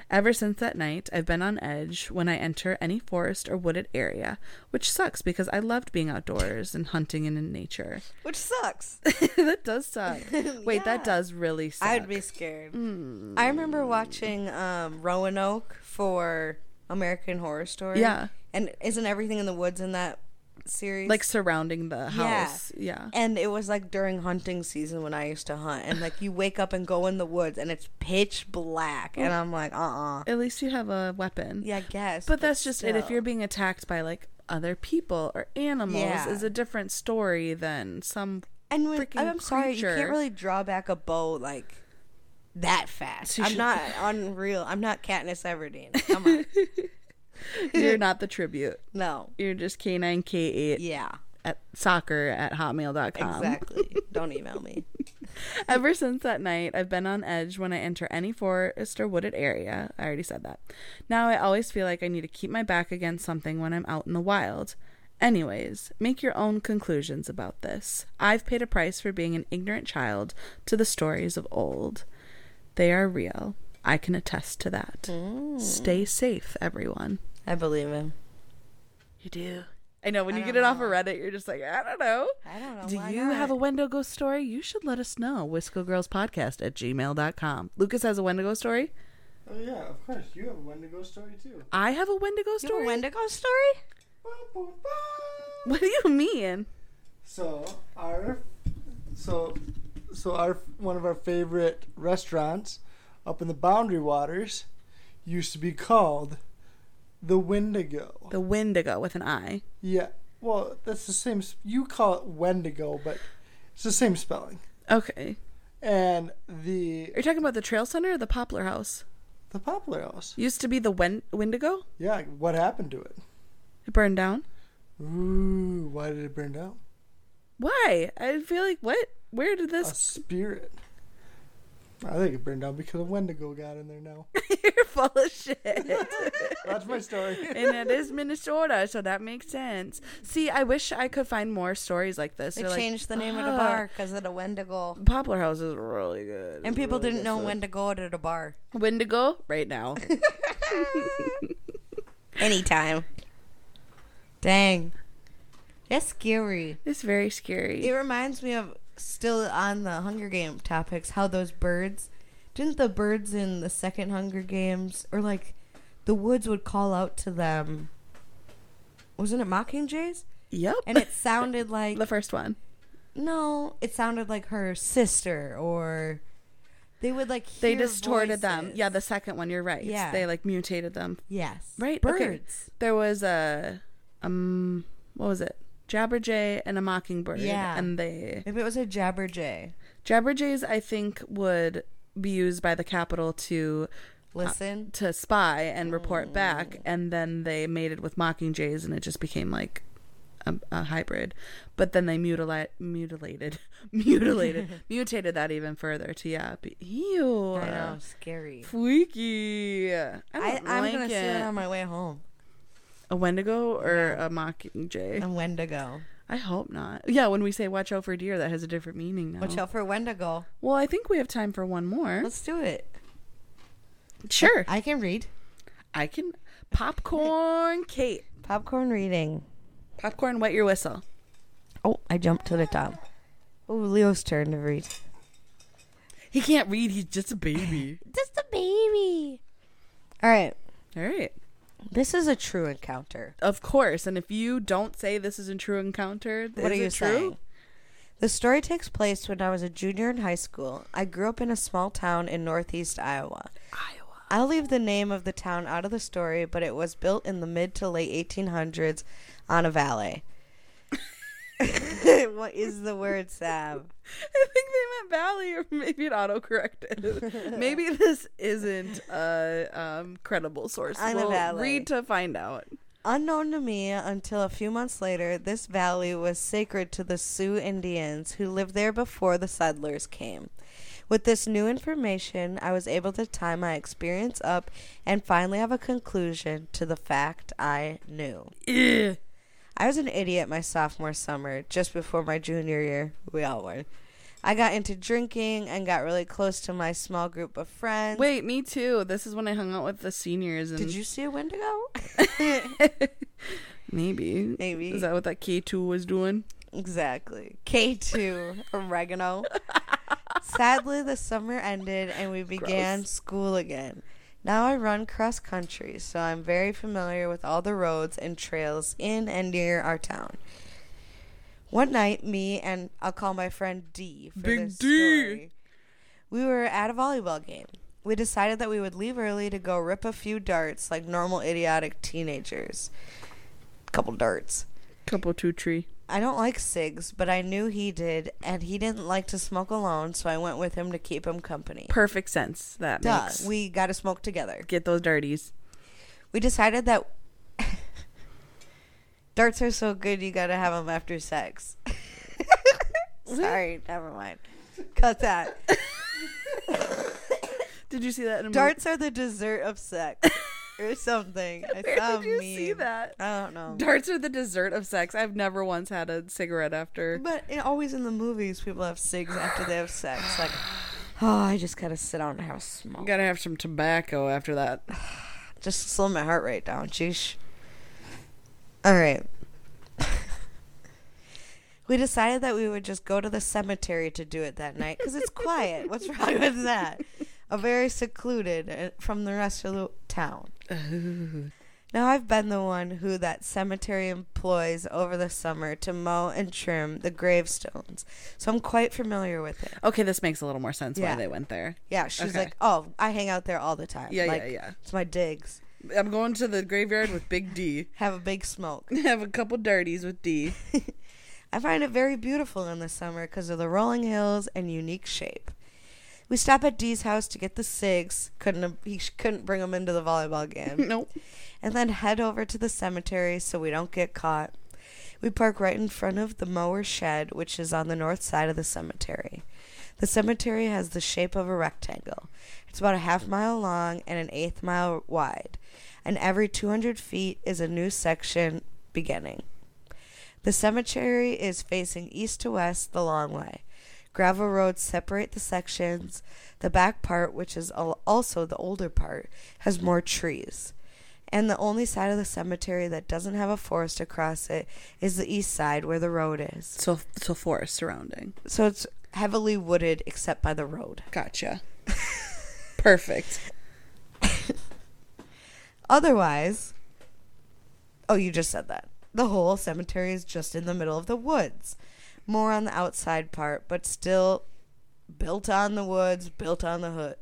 Speaker 2: Ever since that night, I've been on edge when I enter any forest or wooded area, which sucks because I loved being outdoors and hunting and in nature. [laughs]
Speaker 1: Which sucks.
Speaker 2: that does suck. Wait, that does really suck.
Speaker 1: I'd be scared. I remember watching um, Roanoke for American Horror Story.
Speaker 2: Yeah.
Speaker 1: And isn't everything in the woods in that series?
Speaker 2: like surrounding the house. Yeah.
Speaker 1: And it was like during hunting season when I used to hunt. And like you wake up and go in the woods and it's pitch black. And I'm like, uh uh
Speaker 2: At least you have a weapon.
Speaker 1: Yeah, I guess.
Speaker 2: But that's just it. If
Speaker 1: still.
Speaker 2: you're being attacked by like other people or animals,
Speaker 1: Yeah.
Speaker 2: is a different story than
Speaker 1: [laughs]
Speaker 2: some
Speaker 1: And when,
Speaker 2: freaking
Speaker 1: I'm sorry, you
Speaker 2: creature.
Speaker 1: can't really draw back a bow like that fast.
Speaker 2: You
Speaker 1: I'm
Speaker 2: should- [laughs]
Speaker 1: not unreal. I'm not Katniss Everdeen. Come on.
Speaker 2: You're not the tribute.
Speaker 1: No.
Speaker 2: You're just K9K8
Speaker 1: Yeah.
Speaker 2: at soccer at hotmail.com.
Speaker 1: Exactly. Don't email me.
Speaker 2: Ever since that night, I've been on edge when I enter any forest or wooded area. I already said that. Now I always feel like I need to keep my back against something when I'm out in the wild. Anyways, make your own conclusions about this. I've paid a price for being an ignorant child to the stories of old. They are real. I can attest to that. Stay safe, everyone.
Speaker 1: I believe him.
Speaker 2: You do. I know when you get it off of Reddit, you're just like, I don't know.
Speaker 1: I don't know.
Speaker 2: Do
Speaker 1: why
Speaker 2: you have a Wendigo story? You should let us know. WiscoGirlsPodcast at gmail.com. Lucas has a Wendigo story.
Speaker 3: [laughs] Oh yeah, of course. You have a Wendigo story too.
Speaker 2: I have a Wendigo
Speaker 1: You have
Speaker 2: story.
Speaker 1: a Wendigo story?
Speaker 3: Boom, boom, boom.
Speaker 2: [laughs] what do you mean?
Speaker 3: So our, so, so our one of our favorite restaurants, up in the Boundary Waters, used to be called, the Wendigo.
Speaker 2: The Wendigo with an I.
Speaker 3: Yeah. Well, that's the same. s- You call it Wendigo, but it's the same spelling.
Speaker 2: Okay.
Speaker 3: And the
Speaker 2: Are you talking about the Trail Center or the Poplar House?
Speaker 3: the Poplar House.
Speaker 2: Used to be the Wen- Wendigo.
Speaker 3: Yeah. What happened to it?
Speaker 2: It burned down.
Speaker 3: Ooh. Why did it burn down?
Speaker 2: [laughs] Why? I feel like, what? Where did
Speaker 3: A
Speaker 2: this?
Speaker 3: spirit. I think it burned down because a Wendigo got in there now.
Speaker 2: You're full of shit.
Speaker 3: That's my story.
Speaker 2: and it is Minnesota, so that makes sense. See, I wish I could find more stories like this.
Speaker 1: They
Speaker 2: They're like,
Speaker 1: changed the name of the
Speaker 2: "Ah,
Speaker 1: bar because of the Wendigo.
Speaker 2: Poplar House is really good.
Speaker 1: And
Speaker 2: It's
Speaker 1: people
Speaker 2: really
Speaker 1: didn't
Speaker 2: good
Speaker 1: know
Speaker 2: food.
Speaker 1: when to go to the [laughs] bar.
Speaker 2: when to go right
Speaker 1: [laughs]
Speaker 2: now. [laughs]
Speaker 1: Anytime. Dang. That's scary.
Speaker 2: it's very
Speaker 1: It
Speaker 2: scary.
Speaker 1: reminds me of still on the Hunger Game topics how those birds didn't the birds in the second Hunger Games or like the woods would call out to them. Wasn't it mockingjays?
Speaker 2: Yep.
Speaker 1: And it [laughs] sounded
Speaker 2: [laughs]
Speaker 1: like
Speaker 2: the first one.
Speaker 1: no, it sounded like her sister or they would like
Speaker 2: They
Speaker 1: hear
Speaker 2: distorted them.
Speaker 1: voices.
Speaker 2: Yeah, the second one. You're right.
Speaker 1: Yeah.
Speaker 2: They like mutated them.
Speaker 1: yes
Speaker 2: Right. okay.
Speaker 1: birds
Speaker 2: There was a um, what was it? Jabberjay and a mockingbird.
Speaker 1: Yeah.
Speaker 2: And they
Speaker 1: if it was a jabberjay
Speaker 2: Jabberjays, I think, would be used by the capital to
Speaker 1: listen
Speaker 2: to spy and
Speaker 1: Oh.
Speaker 2: report back, and then they mated with mockingjays, and it just became like a, a hybrid. But then they mutilate, mutilated, [laughs]
Speaker 1: [laughs]
Speaker 2: mutilated, mutated that even further to yeah, be, ew,
Speaker 1: I know scary
Speaker 2: freaky. Uh, I don't
Speaker 1: I, I'm
Speaker 2: like
Speaker 1: gonna
Speaker 2: it.
Speaker 1: see it on my way home
Speaker 2: a Wendigo or a mockingjay.
Speaker 1: and Wendigo
Speaker 2: I hope not. Yeah, when we say watch out for deer, that has a different meaning now.
Speaker 1: watch out for Wendigo
Speaker 2: Well, I think we have time for one more.
Speaker 1: let's do it
Speaker 2: Sure.
Speaker 1: I can read
Speaker 2: I can popcorn Kate.
Speaker 1: popcorn reading
Speaker 2: Popcorn wet your whistle.
Speaker 1: oh I jumped to the top oh Leo's turn to read
Speaker 2: He can't read, he's just a baby.
Speaker 1: just a baby [laughs] all right
Speaker 2: All right.
Speaker 1: this is a true encounter
Speaker 2: Of course. And if you don't say this is a true encounter, is
Speaker 1: What are you
Speaker 2: it true?
Speaker 1: saying? The story takes place when I was a junior in high school. I grew up in a small town in northeast Iowa.
Speaker 2: Iowa.
Speaker 1: I'll leave the name of the town out of the story, but it was built in the mid to late 1800s on a valley. [laughs] what is the word, Sam?
Speaker 2: I think they meant valley or maybe it
Speaker 1: [laughs]
Speaker 2: autocorrected. maybe this isn't a um, credible source.
Speaker 1: On a
Speaker 2: We'll
Speaker 1: valley.
Speaker 2: read to find out.
Speaker 1: Unknown to me until a few months later, this valley was sacred to the Sioux Indians who lived there before the settlers came. With this new information, I was able to tie my experience up and finally have a conclusion to the fact I knew. I was an idiot my sophomore summer, just before my junior year. We all were. I got into drinking and got really close to my small group of friends.
Speaker 2: Wait, me too. This is when I hung out with the seniors and
Speaker 1: Did you see a Wendigo?
Speaker 2: maybe.
Speaker 1: Maybe.
Speaker 2: Is that what that K two was doing?
Speaker 1: Exactly. K2, oregano. Sadly, the summer ended and we began school again. Now I run cross country, so I'm very familiar with all the roads and trails in and near our town. One night, me and I'll call my friend D for
Speaker 2: Big
Speaker 1: this
Speaker 2: D.
Speaker 1: story. We were at a volleyball game. We decided that we would leave early to go rip a few darts like normal idiotic teenagers. Couple darts.
Speaker 2: Couple two tree.
Speaker 1: I don't like cigs, but I knew he did, and he didn't like to smoke alone, so I went with him to keep him company.
Speaker 2: Perfect sense. That
Speaker 1: Duh,
Speaker 2: makes
Speaker 1: we got to smoke together.
Speaker 2: get those dirties.
Speaker 1: We decided that [laughs] darts are so good, you got to have them after sex. [laughs] Sorry, never mind.
Speaker 2: [laughs]
Speaker 1: Cut that.
Speaker 2: Did you see that in a
Speaker 1: Darts are the dessert
Speaker 2: [laughs]
Speaker 1: of sex or something. I
Speaker 2: Where
Speaker 1: saw a
Speaker 2: did you see
Speaker 1: meme.
Speaker 2: that?
Speaker 1: I don't know.
Speaker 2: Darts are the dessert of sex. I've never once had a cigarette after.
Speaker 1: But it, always in the movies, people have cigs after they have sex. Like, [sighs] oh, I just got to sit down and have a smoke.
Speaker 2: Gotta have some tobacco after that.
Speaker 1: just slow my heart rate down. Sheesh. All right. [laughs] we decided that we would just go to the cemetery to do it that night because it's quiet. What's wrong with that? A very secluded uh, from the rest of the
Speaker 2: [laughs]
Speaker 1: town. Now I've been the one who that cemetery employs over the summer to mow and trim the gravestones, so I'm quite familiar with it.
Speaker 2: Okay, this makes a little more sense why
Speaker 1: Yeah.
Speaker 2: they went there.
Speaker 1: Yeah, she's
Speaker 2: Okay.
Speaker 1: like, "Oh, I hang out there all the time.
Speaker 2: Yeah, yeah,
Speaker 1: like,
Speaker 2: yeah.
Speaker 1: It's my digs.
Speaker 2: I'm going to the graveyard with Big D.
Speaker 1: Have a big smoke."
Speaker 2: [laughs] have a couple dirties with D.
Speaker 1: I find it very beautiful in the summer because of the rolling hills and unique shape. We stop at Dee's house to get the cigs. Couldn't he sh- couldn't bring them into the
Speaker 2: [laughs]
Speaker 1: volleyball game,
Speaker 2: nope.
Speaker 1: and then head over to the cemetery so we don't get caught. We park right in front of the mower shed, which is on the north side of the cemetery. The cemetery has the shape of a rectangle. It's about a half mile long and an eighth mile wide, and every 200 feet is a new section beginning. The cemetery is facing east to west the long way. Gravel roads separate the sections. The back part, which is al- also the older part, has more trees. And the only side of the cemetery that doesn't have a forest across it is the east side where the road is.
Speaker 6: So so forest surrounding.
Speaker 1: So it's heavily wooded except by the road.
Speaker 6: Gotcha. Perfect.
Speaker 1: Otherwise, oh, you just said that. The whole cemetery is just in the middle of the woods, more on the outside part, but still built on the woods, built on the hood.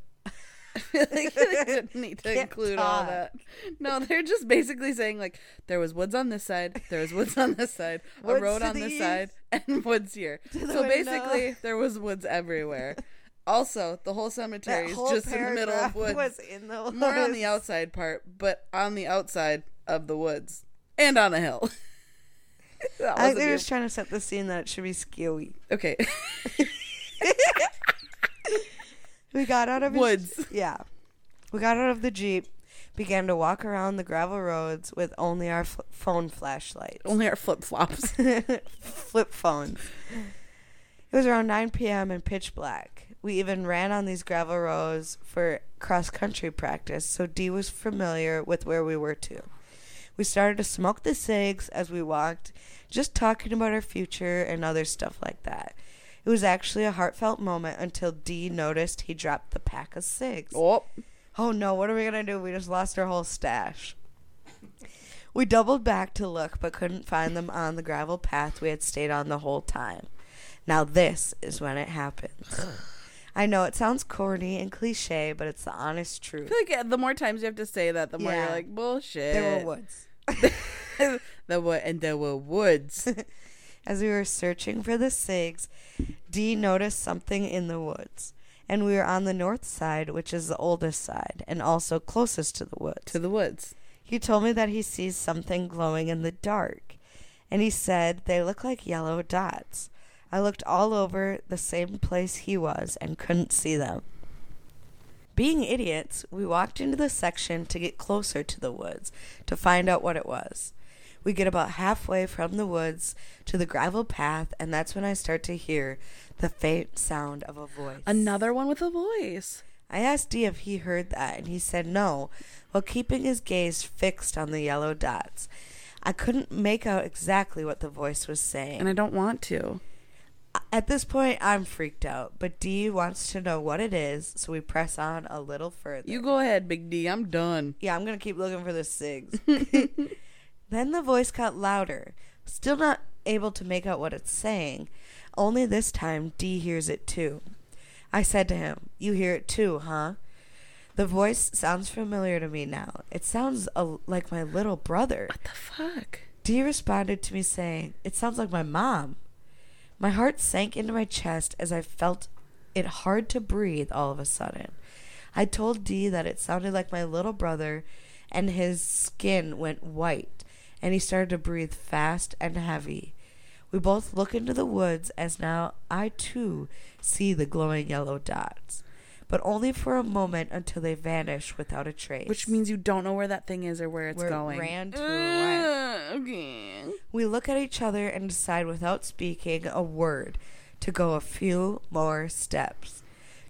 Speaker 1: [laughs]
Speaker 6: didn't need to
Speaker 1: Can't
Speaker 6: include all
Speaker 1: talk.
Speaker 6: that. No, they're just basically saying like there was woods on this side, there was woods on this side, a
Speaker 1: Woods
Speaker 6: road
Speaker 1: to
Speaker 6: on
Speaker 1: the
Speaker 6: this
Speaker 1: east.
Speaker 6: side, and [laughs] woods here.
Speaker 1: the
Speaker 6: So
Speaker 1: window.
Speaker 6: basically, there was woods everywhere. Also, the whole cemetery is just in the middle of
Speaker 1: paragraph
Speaker 6: woods.
Speaker 1: Was in the woods.
Speaker 6: More on the outside part, but on the outside of the woods and on a hill. [laughs] that
Speaker 1: I
Speaker 6: wasn't
Speaker 1: think they're
Speaker 6: you.
Speaker 1: just trying to set the scene that it should be skewy.
Speaker 6: okay. [laughs]
Speaker 1: We got out of his-
Speaker 6: Woods.
Speaker 1: yeah, we got out of the jeep, began to walk around the gravel roads with only our f- phone flashlights.
Speaker 6: Only our flip flops.
Speaker 1: flip phones. It was around 9 p.m. and pitch black. We even ran on these gravel roads for cross country practice, so D was familiar with where we were too. We started to smoke the cigs as we walked, just talking about our future and other stuff like that. It was actually a heartfelt moment until D noticed he dropped the pack of cigs.
Speaker 6: oh,
Speaker 1: Oh no, what are we gonna do? We just lost our whole stash. We doubled back to look, but couldn't find them on the gravel path we had stayed on the whole time. Now, this is when it happens. I know it sounds corny and cliche, but it's the honest
Speaker 6: I
Speaker 1: truth.
Speaker 6: feel like uh, the more times you have to say that, the more
Speaker 1: Yeah.
Speaker 6: you're like bullshit.
Speaker 1: There were woods.
Speaker 6: there were and there were woods.
Speaker 2: [laughs]
Speaker 1: As we were searching for the SIGs, D noticed something in the woods. And we were on the north side, which is the oldest side and also closest to the woods.
Speaker 6: to the woods.
Speaker 1: He told me that he sees something glowing in the dark, and he said they look like yellow dots. I looked all over the same place he was and couldn't see them. Being idiots, we walked into the section to get closer to the woods to find out what it was. We get about halfway from the woods to the gravel path, and that's when I start to hear the faint sound of a voice.
Speaker 6: Another one with a voice.
Speaker 1: I asked D if he heard that, and he said no, while keeping his gaze fixed on the yellow dots. I couldn't make out exactly what the voice was saying.
Speaker 6: And I don't want to.
Speaker 1: At this point, I'm freaked out, but D wants to know what it is, so we press on a little further.
Speaker 6: You go ahead, Big D. I'm done.
Speaker 1: yeah, I'm gonna keep looking for the SIGs. then the voice got louder, still not able to make out what it's saying. Only this time, D hears it too. I said to him, You hear it too, huh? The voice sounds familiar to me now. It sounds a- like my little brother.
Speaker 6: What the fuck?
Speaker 1: D responded to me saying, It sounds like my mom. My heart sank into my chest as I felt it hard to breathe all of a sudden. I told D that it sounded like my little brother, and his skin went white, and he started to breathe fast and heavy. We both look into the woods as now I too see the glowing yellow dots, but only for a moment until they vanish without a trace.
Speaker 6: Which means you don't know where that thing is or where it's
Speaker 1: Where it
Speaker 6: going.
Speaker 1: ran to a right.
Speaker 6: Uh, okay.
Speaker 1: We look at each other and decide without speaking a word to go a few more steps.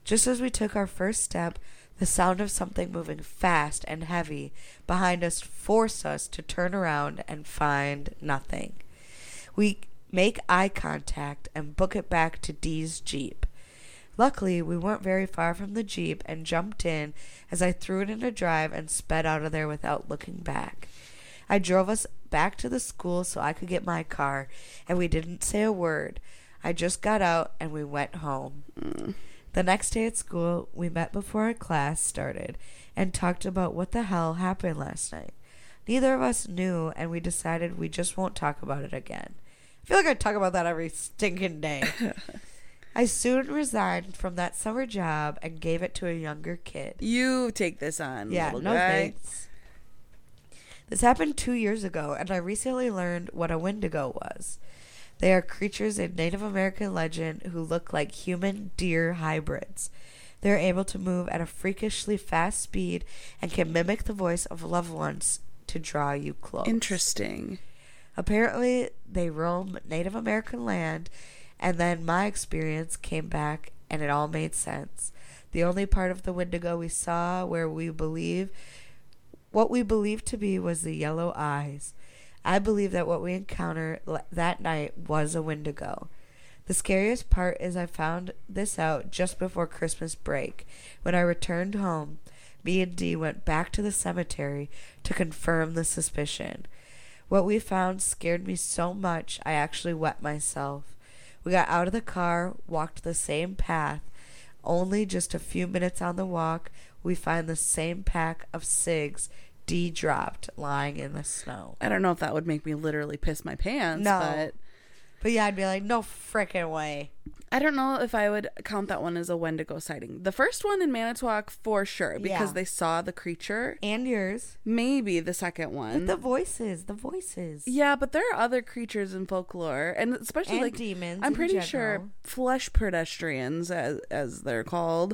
Speaker 1: Just as we took our first step, the sound of something moving fast and heavy behind us forced us to turn around and find nothing. We make eye contact and book it back to Dee's Jeep. Luckily, we weren't very far from the Jeep and jumped in as I threw it into drive and sped out of there without looking back. I drove us back to the school so I could get my car, and we didn't say a word. I just got out and we went home. The next day at school, we met before our class started and talked about what the hell happened last night. Neither of us knew, and we decided we just won't talk about it again. I feel like I talk about that every stinking day. I soon resigned from that summer job and gave it to a younger kid.
Speaker 6: You take this on.
Speaker 1: Yeah,
Speaker 6: little
Speaker 1: no
Speaker 6: guy.
Speaker 1: thanks. This happened two years ago, and I recently learned what a Wendigo was. They are creatures in Native American legend who look like human deer hybrids. They are able to move at a freakishly fast speed and can mimic the voice of loved ones to draw you close.
Speaker 2: Interesting.
Speaker 1: Apparently, they roam Native American land, and then my experience came back and it all made sense. The only part of the Wendigo we saw where we believe what we believed to be was the yellow eyes. I believe that what we encountered l- that night was a Wendigo. The scariest part is I found this out just before Christmas break. When I returned home, me and Dee went back to the cemetery to confirm the suspicion. What we found scared me so much I actually wet myself. We got out of the car, walked the same path. Only just a few minutes on the walk, we find the same pack of cigs D dropped lying in the snow.
Speaker 2: I don't know if that would make me literally piss my pants,
Speaker 1: No.
Speaker 2: but
Speaker 1: But yeah, I'd be like, no frickin' way.
Speaker 2: I don't know if I would count that one as a Wendigo sighting. The first one in Manitowoc for sure because
Speaker 1: Yeah.
Speaker 2: they saw the creature.
Speaker 1: And yours.
Speaker 2: Maybe the second one.
Speaker 1: The voices, the voices.
Speaker 2: yeah, but there are other creatures in folklore, and especially
Speaker 1: And
Speaker 2: like
Speaker 1: demons
Speaker 2: I'm
Speaker 1: in
Speaker 2: pretty sure
Speaker 1: general.
Speaker 2: flesh pedestrians, as as they're called,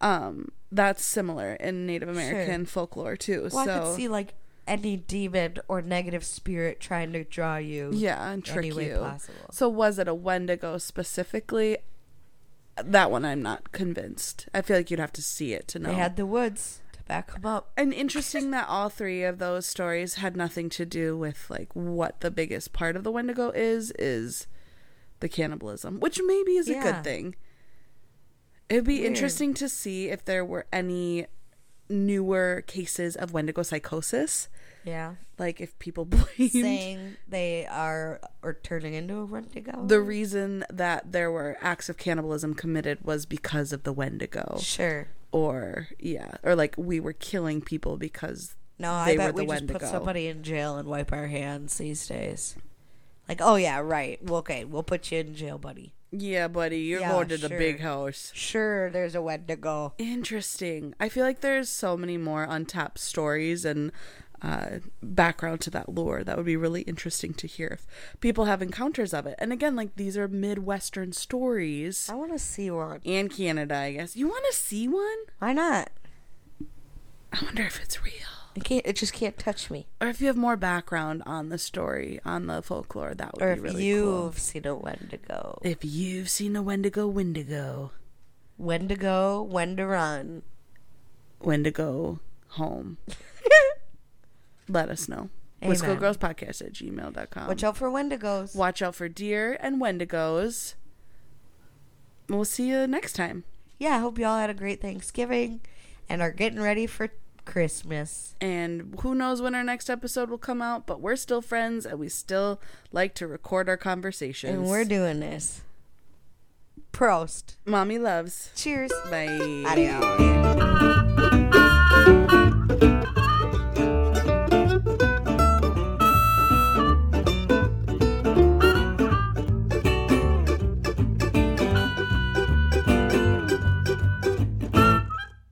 Speaker 2: um, that's similar in Native American folklore too.
Speaker 1: Well,
Speaker 2: so
Speaker 1: I could see like any demon or negative spirit trying to draw you.
Speaker 2: yeah, and
Speaker 1: any
Speaker 2: trick
Speaker 1: way
Speaker 2: you.
Speaker 1: possible.
Speaker 2: So was it a Wendigo specifically? That one I'm not convinced. I feel like you'd have to see it to know.
Speaker 1: They had the woods to back them up.
Speaker 2: and interesting that all three of those stories had nothing to do with like what the biggest part of the Wendigo is is the cannibalism, which maybe is a
Speaker 1: Yeah.
Speaker 2: good thing. It'd be
Speaker 1: Weird.
Speaker 2: interesting to see if there were any newer cases of Wendigo psychosis,
Speaker 1: Yeah.
Speaker 2: like if people [laughs] blamed
Speaker 1: Saying they are or turning into a Wendigo.
Speaker 2: the reason that there were acts of cannibalism committed was because of the Wendigo,
Speaker 1: Sure.
Speaker 2: or yeah, or like we were killing people because
Speaker 1: No, I
Speaker 2: They were
Speaker 1: bet
Speaker 2: the
Speaker 1: we just put
Speaker 2: Wendigo.
Speaker 1: somebody in jail and wipe our hands these days. Like, oh yeah, right. Well, okay, we'll put you in jail, buddy.
Speaker 2: yeah, buddy, you're
Speaker 1: Yeah,
Speaker 2: going to the
Speaker 1: sure.
Speaker 2: big house.
Speaker 1: Sure, there's a Wendigo.
Speaker 2: Interesting. I feel like there's so many more untapped stories and uh, background to that lore that would be really interesting to hear if people have encounters of it. And again, like these are Midwestern stories
Speaker 1: I want to see one.
Speaker 2: and Canada, I guess. You want to see one?
Speaker 1: Why not?
Speaker 2: I wonder if it's real
Speaker 1: It can't. It just can't touch me.
Speaker 2: or if you have more background on the story, on the folklore. That would
Speaker 1: Or
Speaker 2: be
Speaker 1: if
Speaker 2: really
Speaker 1: you've
Speaker 2: cool.
Speaker 1: seen a Wendigo,
Speaker 2: If you've seen a Wendigo, Wendigo,
Speaker 1: when to go, when to run.
Speaker 2: Wendigo home,
Speaker 1: [laughs]
Speaker 2: let us know. Wisco
Speaker 1: Amen.
Speaker 2: Girls Podcast at gmail.com.
Speaker 1: Watch out for Wendigos.
Speaker 2: Watch out for deer and Wendigos. We'll see you next time.
Speaker 1: Yeah, I hope y'all had a great Thanksgiving and are getting ready for Christmas.
Speaker 2: And who knows when our next episode will come out, but we're still friends and we still like to record our conversations.
Speaker 1: And we're doing this. Prost.
Speaker 2: Mommy loves.
Speaker 1: Cheers.
Speaker 2: Bye.
Speaker 1: Adios.